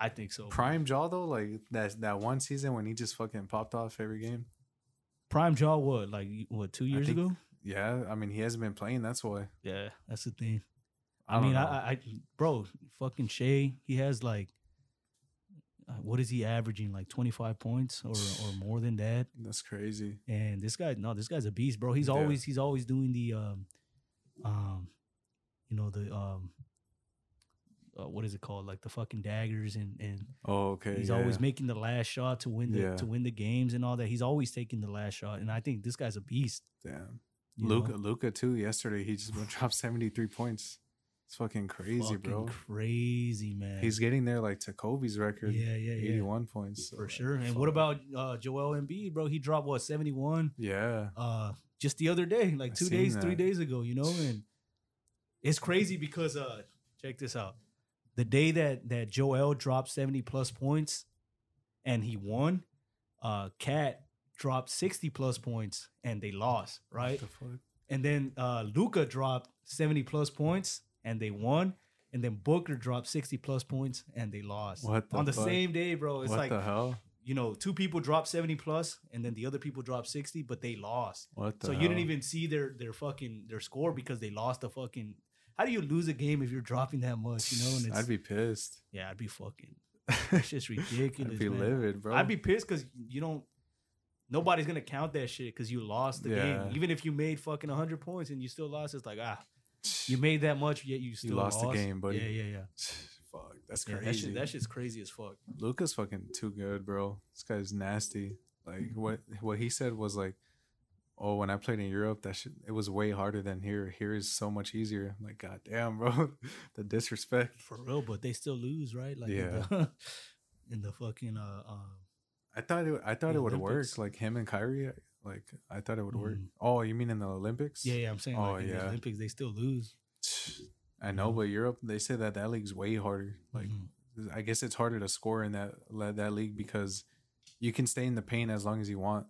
A: Oh, I think so. Prime,
B: Prime Jaw though, like that that one season when he just fucking popped off every game.
A: Prime Jaw, what like what two
B: I
A: years
B: think-
A: ago?
B: Yeah, I mean he hasn't been playing. That's why.
A: Yeah, that's the thing.
B: I,
A: I
B: don't
A: mean, I,
B: know.
A: I, I, bro, fucking Shea, he has like, uh, what is he averaging? Like 25 points or, or more than that.
B: that's crazy.
A: And this guy, no, this guy's a beast, bro. He's
B: Yeah.
A: always, he's always doing the, um, um, you know, the, um, uh, what is it called? Like the fucking daggers and, and
B: Oh, okay.
A: he's
B: yeah.
A: always making the last shot to win the,
B: Yeah.
A: to win the games and all that. He's always taking the last shot. And I think this guy's a beast.
B: damn.
A: you
B: Luca
A: know?
B: Luca too. Yesterday he just dropped seventy three points. It's fucking crazy,
A: Fucking
B: bro.
A: Crazy, man.
B: He's getting there like to Kobe's record.
A: yeah, yeah, yeah.
B: Eighty one points. so,
A: for
B: like,
A: sure. And what
B: fuck.
A: about uh, Joel Embiid, bro? He dropped what seventy one
B: Yeah.
A: uh, just the other day, like
B: I
A: two
B: seen
A: days, three
B: that.
A: days ago, you know. And it's crazy because uh, check this out: the day that that Joel dropped seventy plus points, and he won, uh, Cat dropped sixty plus points and they lost, right?
B: What the fuck?
A: And then uh, Luca dropped seventy plus points and they won. And then Booker dropped sixty plus points and they lost
B: What the
A: on the
B: fuck?
A: same day, bro. It's
B: what
A: like
B: the hell?
A: you know, two people dropped 70 plus and then the other people dropped 60, but they lost.
B: What the
A: so you didn't
B: hell?
A: even see their their fucking their score because they lost the fucking how do you lose a game if you're dropping that much, you know? And it's
B: I'd be pissed.
A: yeah, I'd be fucking it's
B: I'd
A: just ridiculous.
B: be
A: man.
B: livid, bro.
A: I'd be pissed because you don't nobody's gonna count that shit because you lost the
B: Yeah.
A: game. Even if you made fucking hundred points and you still lost, it's like ah, you made that much, yet you still
B: lost the game, buddy.
A: Yeah, yeah, yeah.
B: Fuck, that's
A: yeah
B: crazy.
A: that, shit, that shit's crazy as fuck.
B: Luca's fucking too good, bro. This guy's nasty. Like what what he said was like, oh, when I played in Europe, that shit it was way harder than here. Here is so much easier. I'm like, god damn, bro, the disrespect.
A: for real, but they still lose, right? Like in,
B: Yeah.
A: the, in the fucking uh, um,
B: I thought it. I thought
A: The
B: it would work.
A: Olympics.
B: Like him and Kyrie. Like I thought it would work.
A: Mm.
B: Oh, you mean in the Olympics?
A: yeah, yeah, I'm saying
B: Oh,
A: like in the
B: yeah.
A: Olympics they still lose.
B: I
A: Mm-hmm.
B: know, but Europe, they say that that league's way harder. Like,
A: Mhm.
B: I guess it's harder to score in that le- that league because you can stay in the paint as long as you want.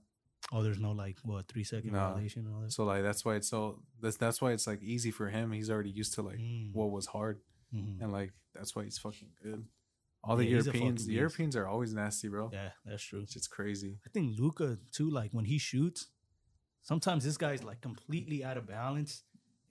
A: oh, there's no like what three second
B: Nah.
A: violation and all this.
B: So like that's why it's so that's that's why it's like easy for him. He's already used to like
A: Mm,
B: what was hard,
A: mhm.
B: and like that's why he's fucking good. All the
A: Yeah, he's a
B: Europeans,
A: fucking
B: the
A: beast.
B: Europeans are always nasty, bro.
A: Yeah, that's true.
B: It's just crazy.
A: I think Luca too. Like when he shoots, sometimes this guy's like completely out of balance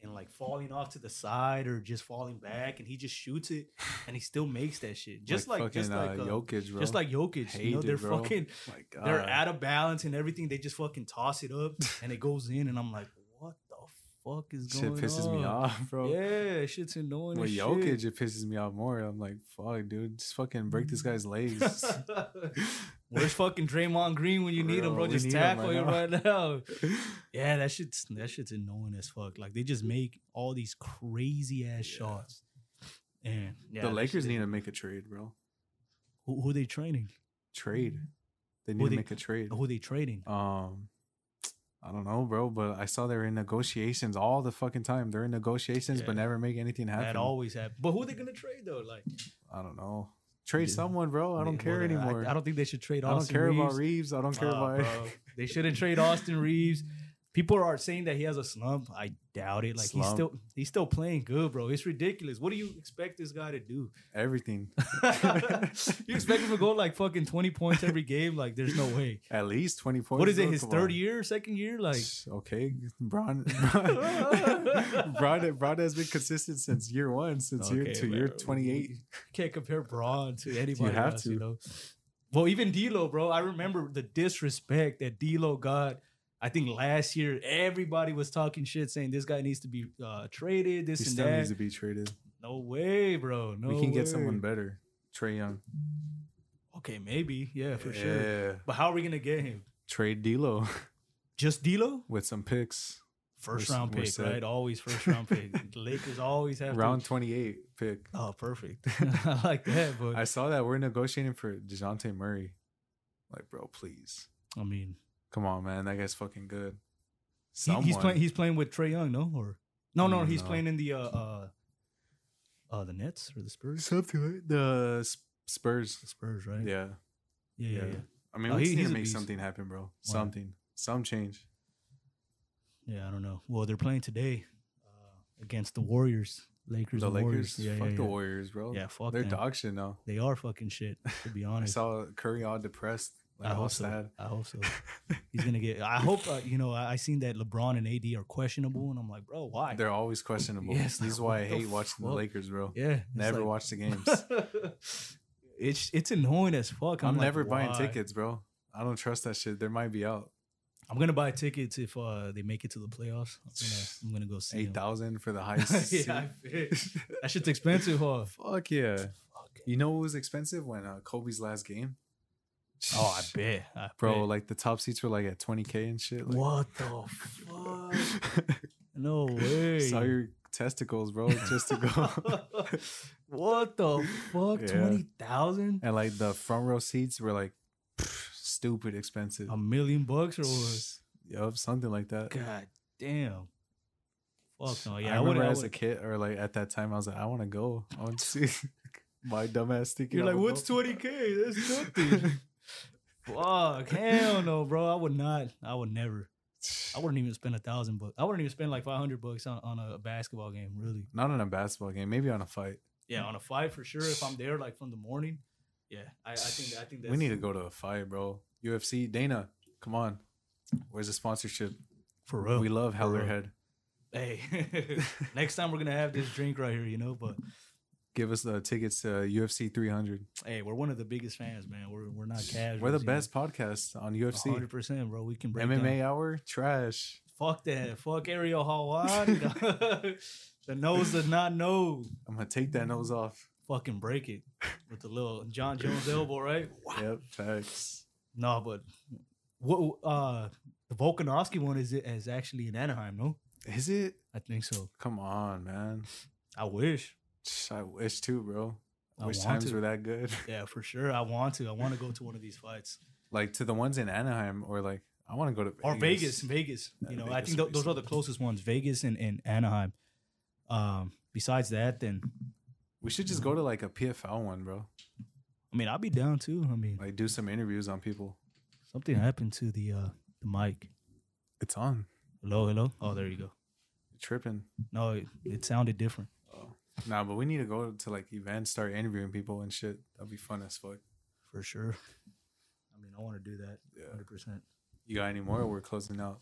A: and like falling off to the side or just falling back, and he just shoots it and he still makes that shit. Just like, just like
B: fucking, uh,
A: uh,
B: Jokic, bro.
A: just like Jokic, you know,
B: Hated,
A: they're
B: bro.
A: fucking
B: my God,
A: they're out of balance and everything. They just fucking toss it up and it goes in, and I'm like, what the fuck is
B: shit
A: going on?
B: pisses me off, bro.
A: Yeah, shit's annoying.
B: With
A: as
B: Jokic, it pisses me off more. I'm like, fuck, dude, just fucking break
A: Mm-hmm.
B: this guy's legs.
A: shit. Where's fucking Draymond Green when you need him,
B: Bro,
A: bro?
B: we
A: Just
B: need him
A: tackle
B: right
A: him
B: now.
A: right now. Yeah, that shit's that shit's annoying as fuck. Like they just make all these crazy ass
B: Yeah.
A: shots. And yeah,
B: the Lakers need to make a trade, bro.
A: Who, who they training?
B: Trade. They
A: Who
B: need
A: Mm-hmm. they-
B: to
A: Oh.
B: make a trade.
A: Who they trading?
B: Um, I don't know, bro, but I saw they were in negotiations all the fucking time. They're in negotiations, but
A: Yeah.
B: never make anything happen.
A: That always happens. But who they gonna trade though? Like
B: I don't know. Trade
A: Yeah.
B: someone, bro. I don't
A: they-
B: care
A: well,
B: anymore.
A: I, I don't think they should trade.
B: I don't
A: Austin
B: care about
A: Reeves.
B: Reeves. I don't care
A: Ah,
B: about.
A: bro. They shouldn't trade Austin Reeves. People are saying that he has a slump. I doubt it. Like he's
B: Slump.
A: still he's still playing good, bro. It's ridiculous. What do you expect this guy to do?
B: Everything.
A: you expect him to go like fucking twenty points every game? Like there's no way.
B: At least 20 points.
A: What is it?
B: bro?
A: His
B: Come
A: third
B: on.
A: year, second year? Like
B: okay, Braun. Braun, Braun, Braun has been consistent since year one, since year
A: Okay,
B: two, year
A: whatever.
B: 28.
A: can't compare Braun to anybody
B: have
A: else,
B: to.
A: you know. Well, even D'Lo, bro. I remember the disrespect that D'Lo got. I think last year everybody was talking shit, saying this guy needs to be uh, traded. This
B: He
A: and
B: still
A: that.
B: needs to be traded.
A: No way, bro. No,
B: we can
A: way.
B: get someone better. Trey Young.
A: Okay, maybe, yeah, for sure.
B: Yeah.
A: But how are we gonna get him?
B: Trade D'Lo
A: Just D'Lo?
B: with some picks.
A: First
B: We're s-
A: round
B: we're
A: pick,
B: set.
A: right? Always first round pick. The Lakers always have to-
B: Round 28 pick.
A: Oh, perfect. I like that, but
B: I saw that we're negotiating for DeJounte Murray. Like, bro, please.
A: I mean,
B: Come on, man. That guy's fucking good.
A: he-
B: Someone.
A: he's playing. He's playing with Trey Young, no? Or no, no,
B: Mm,
A: he's
B: no.
A: playing in the uh, uh, uh, the Nets or the Spurs.
B: Something like the Sp- Spurs.
A: The Spurs, right?
B: Yeah.
A: yeah, yeah,
B: yeah.
A: yeah.
B: I mean,
A: No,
B: we
A: he-
B: just need
A: he's
B: to
A: a
B: make
A: beast.
B: something happen, bro. Something. Some change.
A: Yeah, I don't know. Well, they're playing today uh, against the Warriors, Lakers.
B: the
A: and
B: Lakers.
A: Warriors. Yeah,
B: fuck
A: yeah,
B: the
A: yeah.
B: Warriors, bro.
A: Yeah, fuck
B: They're
A: them.
B: dog shit now.
A: They are fucking shit. To be
B: I
A: honest,
B: saw Curry all depressed. Like,
A: I
B: all
A: hope so.
B: sad.
A: I hope so. He's gonna get. I hope uh, you know. I, I seen that LeBron and AD are questionable, and I'm like, bro, why?
B: They're always questionable.
A: Yes,
B: this is
A: like,
B: why
A: what
B: I
A: the
B: hate watching the
A: fuck?
B: Lakers, bro.
A: yeah, it's
B: Never
A: like-
B: watch the games.
A: it's it's annoying as fuck.
B: I'm
A: like,
B: never buying
A: why?
B: tickets, bro. I don't trust that shit. There might be out
A: I'm gonna buy tickets if uh, they make it to the playoffs. I'm gonna, I'm gonna go see
B: eight
A: 'em.
B: thousand for the highest. seat.
A: yeah, I bet. that shit's expensive, huh?
B: Fuck yeah.
A: Fuck.
B: You know what was expensive when uh, Kobe's last game?
A: Oh, I bet, I
B: Bro,
A: bet.
B: like the top seats were like at 20k and shit. Like,
A: what the fuck? No way.
B: Saw your testicles, bro, just to go.
A: what the fuck?
B: Yeah.
A: Twenty thousand?
B: and like the front row seats were like pff, stupid expensive.
A: A million bucks or what?
B: Yup, something like that.
A: God damn. Fuck no.
B: I
A: Yeah, I, would
B: remember
A: have.
B: as a kid or like at that time, I was like, I want to go. I want to see my dumbass thinking.
A: You're
B: I
A: like,
B: would
A: what's
B: go."
A: twenty k? That's nothing. Fuck, hell no, bro. I would not. I would never. I wouldn't even spend a thousand bucks. I wouldn't even spend like five hundred bucks on, on a basketball game, really.
B: Not on a basketball game, maybe on a fight.
A: Yeah, on a fight for sure. If I'm there like from the morning, yeah, I, I think I think that's
B: we need to go to a fight, bro. UFC, Dana, come on. Where's the sponsorship?
A: for real.
B: we love
A: real.
B: Hellerhead.
A: hey, next time we're gonna have this drink right here, you know. But
B: Give us the tickets to UFC 300.
A: hey, we're one of the biggest fans, man. We're we're not casual.
B: We're the best podcast on UFC.
A: Hundred percent, bro. We can break down-
B: MMA hour, trash.
A: Fuck that. Fuck Ariel Hawani. dog. the nose does not know.
B: I'm gonna take that nose off.
A: Fucking break it with the little John Jones elbow, right?
B: Yep, facts.
A: No, but what? Uh, the Volkanovski one is is actually in Anaheim, no?
B: Is it?
A: I think so.
B: Come on, man.
A: I wish.
B: I wish too, bro.
A: I
B: wish
A: want
B: times
A: to.
B: were that good.
A: Yeah, for sure. I want to. I want to go to one of these fights
B: like to the ones in Anaheim, or like I want to go to
A: or Vegas. Vegas.
B: Yeah,
A: You know, I
B: Vegas
A: think
B: would
A: tho-
B: be
A: those are the
B: something.
A: closest ones. Vegas and, and Anaheim. Um, besides that, then
B: We should just go to like a PFL one, bro.
A: I mean, I'll be down too. I mean,
B: Like do some interviews on people.
A: something happened to the uh the mic.
B: It's on.
A: Hello, hello. Oh, there you go.
B: You're tripping.
A: No, it, it sounded different.
B: Nah, but we need to go to like events, start interviewing people and shit. That'd be fun as fuck.
A: For sure. I mean, I want to do that
B: Yeah.
A: 100%.
B: You got any more? We're closing out.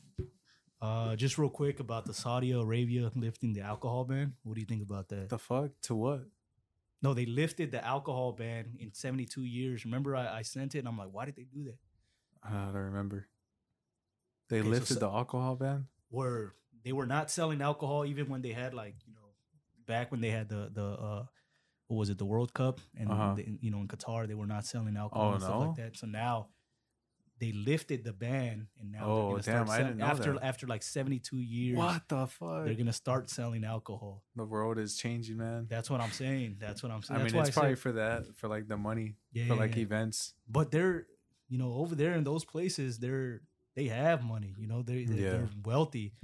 A: Uh, just real quick about the Saudi Arabia lifting the alcohol ban. What do you think about that?
B: The fuck to what?
A: No, they lifted the alcohol ban in 72 years. Remember, I, I sent it and I'm like, why did they do that?
B: I don't remember. They
A: Okay, so
B: lifted
A: so-
B: the alcohol ban.
A: Where they were not selling alcohol even when they had, like, you know, back when they had the, the, uh, what was it, the World Cup? And,
B: Uh-huh.
A: they- you know, in Qatar, they were not selling alcohol
B: Oh,
A: and stuff
B: no?
A: like that. So now they lifted the ban and now
B: Oh,
A: they're gonna
B: damn, I
A: start sell-
B: didn't know
A: after
B: that.
A: after like 72 years
B: What the fuck?
A: they're gonna start selling alcohol.
B: the world is changing, man.
A: That's what I'm saying. That's what I'm saying.
B: I
A: That's
B: mean,
A: why
B: it's
A: I said-
B: probably for that, for like the money,
A: yeah,
B: for like events.
A: but they're you know over there in those places they're they have money you know they they're,
B: Yeah.
A: they're wealthy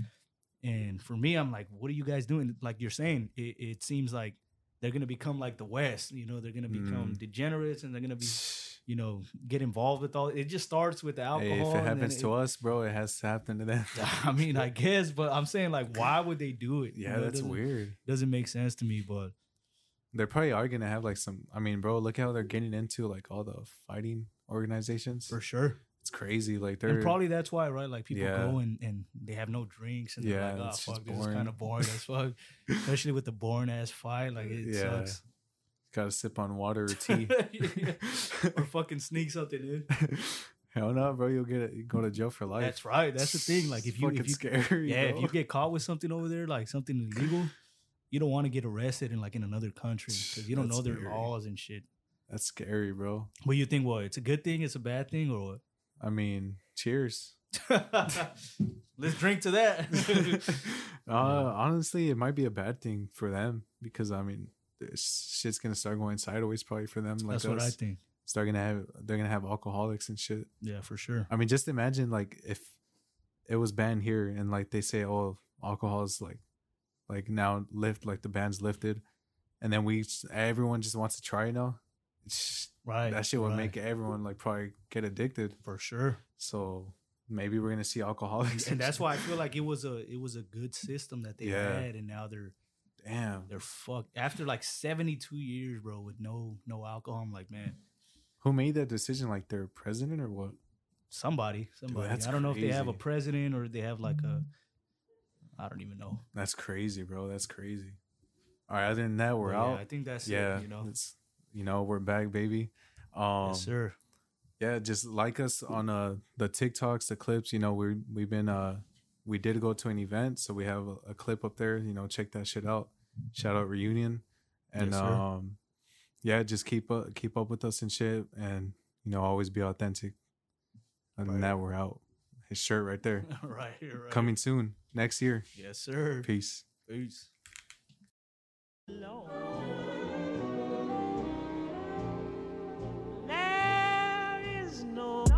A: and for me i'm like what are you guys doing like you're saying it, it seems like they're gonna become like the west you know they're gonna become
B: Mm.
A: degenerates and they're gonna be you know get involved with all it just starts with the alcohol
B: Hey, if it
A: and then
B: happens to
A: it-
B: us, bro, it has to happen to them.
A: i mean i guess but i'm saying like why would they do it You
B: yeah,
A: know, it
B: that's
A: doesn't-
B: weird.
A: doesn't make sense to me but
B: They probably are gonna have like some. I mean, bro, look how they're getting into like all the fighting organizations.
A: for sure
B: It's crazy. Like they're
A: and probably that's why, right? Like people
B: Yeah.
A: go and, and they have no drinks and
B: Yeah,
A: they're like, oh
B: it's just
A: fuck, this is
B: boring."
A: kind of boring as fuck. Especially with the boring ass fight, like it
B: Yeah.
A: sucks.
B: gotta sip on water or tea.
A: Yeah. Or fucking sneak something in.
B: Hell no, bro, you'll get you go to jail for life.
A: That's right. That's the thing. Like if
B: It's
A: you,
B: fucking
A: if you
B: scary,
A: yeah, if
B: bro.
A: you get caught with something over there, like something illegal, you don't want to get arrested in like in another country because you don't
B: That's
A: know their
B: scary.
A: laws and shit.
B: that's scary, bro.
A: What you think? What? It's a good thing? It's a bad thing? Or
B: I mean, cheers.
A: what? Let's drink to that.
B: uh, honestly, it might be a bad thing for them because I mean, this shit's gonna start going sideways probably for them. Like
A: That's
B: us,
A: what I think.
B: start gonna have they're gonna have alcoholics and shit.
A: Yeah, for sure.
B: I mean, just imagine like if it was banned here and like they say, oh, alcohol is like, like now lift, like the ban's lifted, and then we everyone just wants to try it now. Sh-
A: Right.
B: That shit would
A: right.
B: make everyone like probably get addicted.
A: for sure.
B: So maybe we're gonna see alcoholics,
A: and that's
B: shit.
A: why I feel like it was a it was a good system that they
B: Yeah.
A: had, and now they're
B: Damn,
A: they're fucked after like seventy two years, bro, with no no alcohol. I'm like, man,
B: who made that decision? Like their president or what?
A: somebody, somebody.
B: that's
A: I don't know if they have a
B: crazy.
A: president or they have like a, I don't even know.
B: That's crazy, bro. That's crazy. All right, other than that, we're
A: But
B: out.
A: Yeah, I think that's
B: yeah,
A: it. You know,
B: it's you know we're back, baby. Um,
A: yes, sir.
B: yeah, just like us on uh the TikToks, the clips. You know, we we've been uh we did go to an event, so we have a, a clip up there. You know, check that shit out. Shout out reunion, and
A: Yes, sir.
B: um, yeah, just keep up keep up with us and shit, and you know always be authentic. And
A: Right.
B: that we're out. His shirt right there,
A: right here, right.
B: coming soon next year.
A: Yes, sir.
B: Peace.
A: Peace.
C: There is no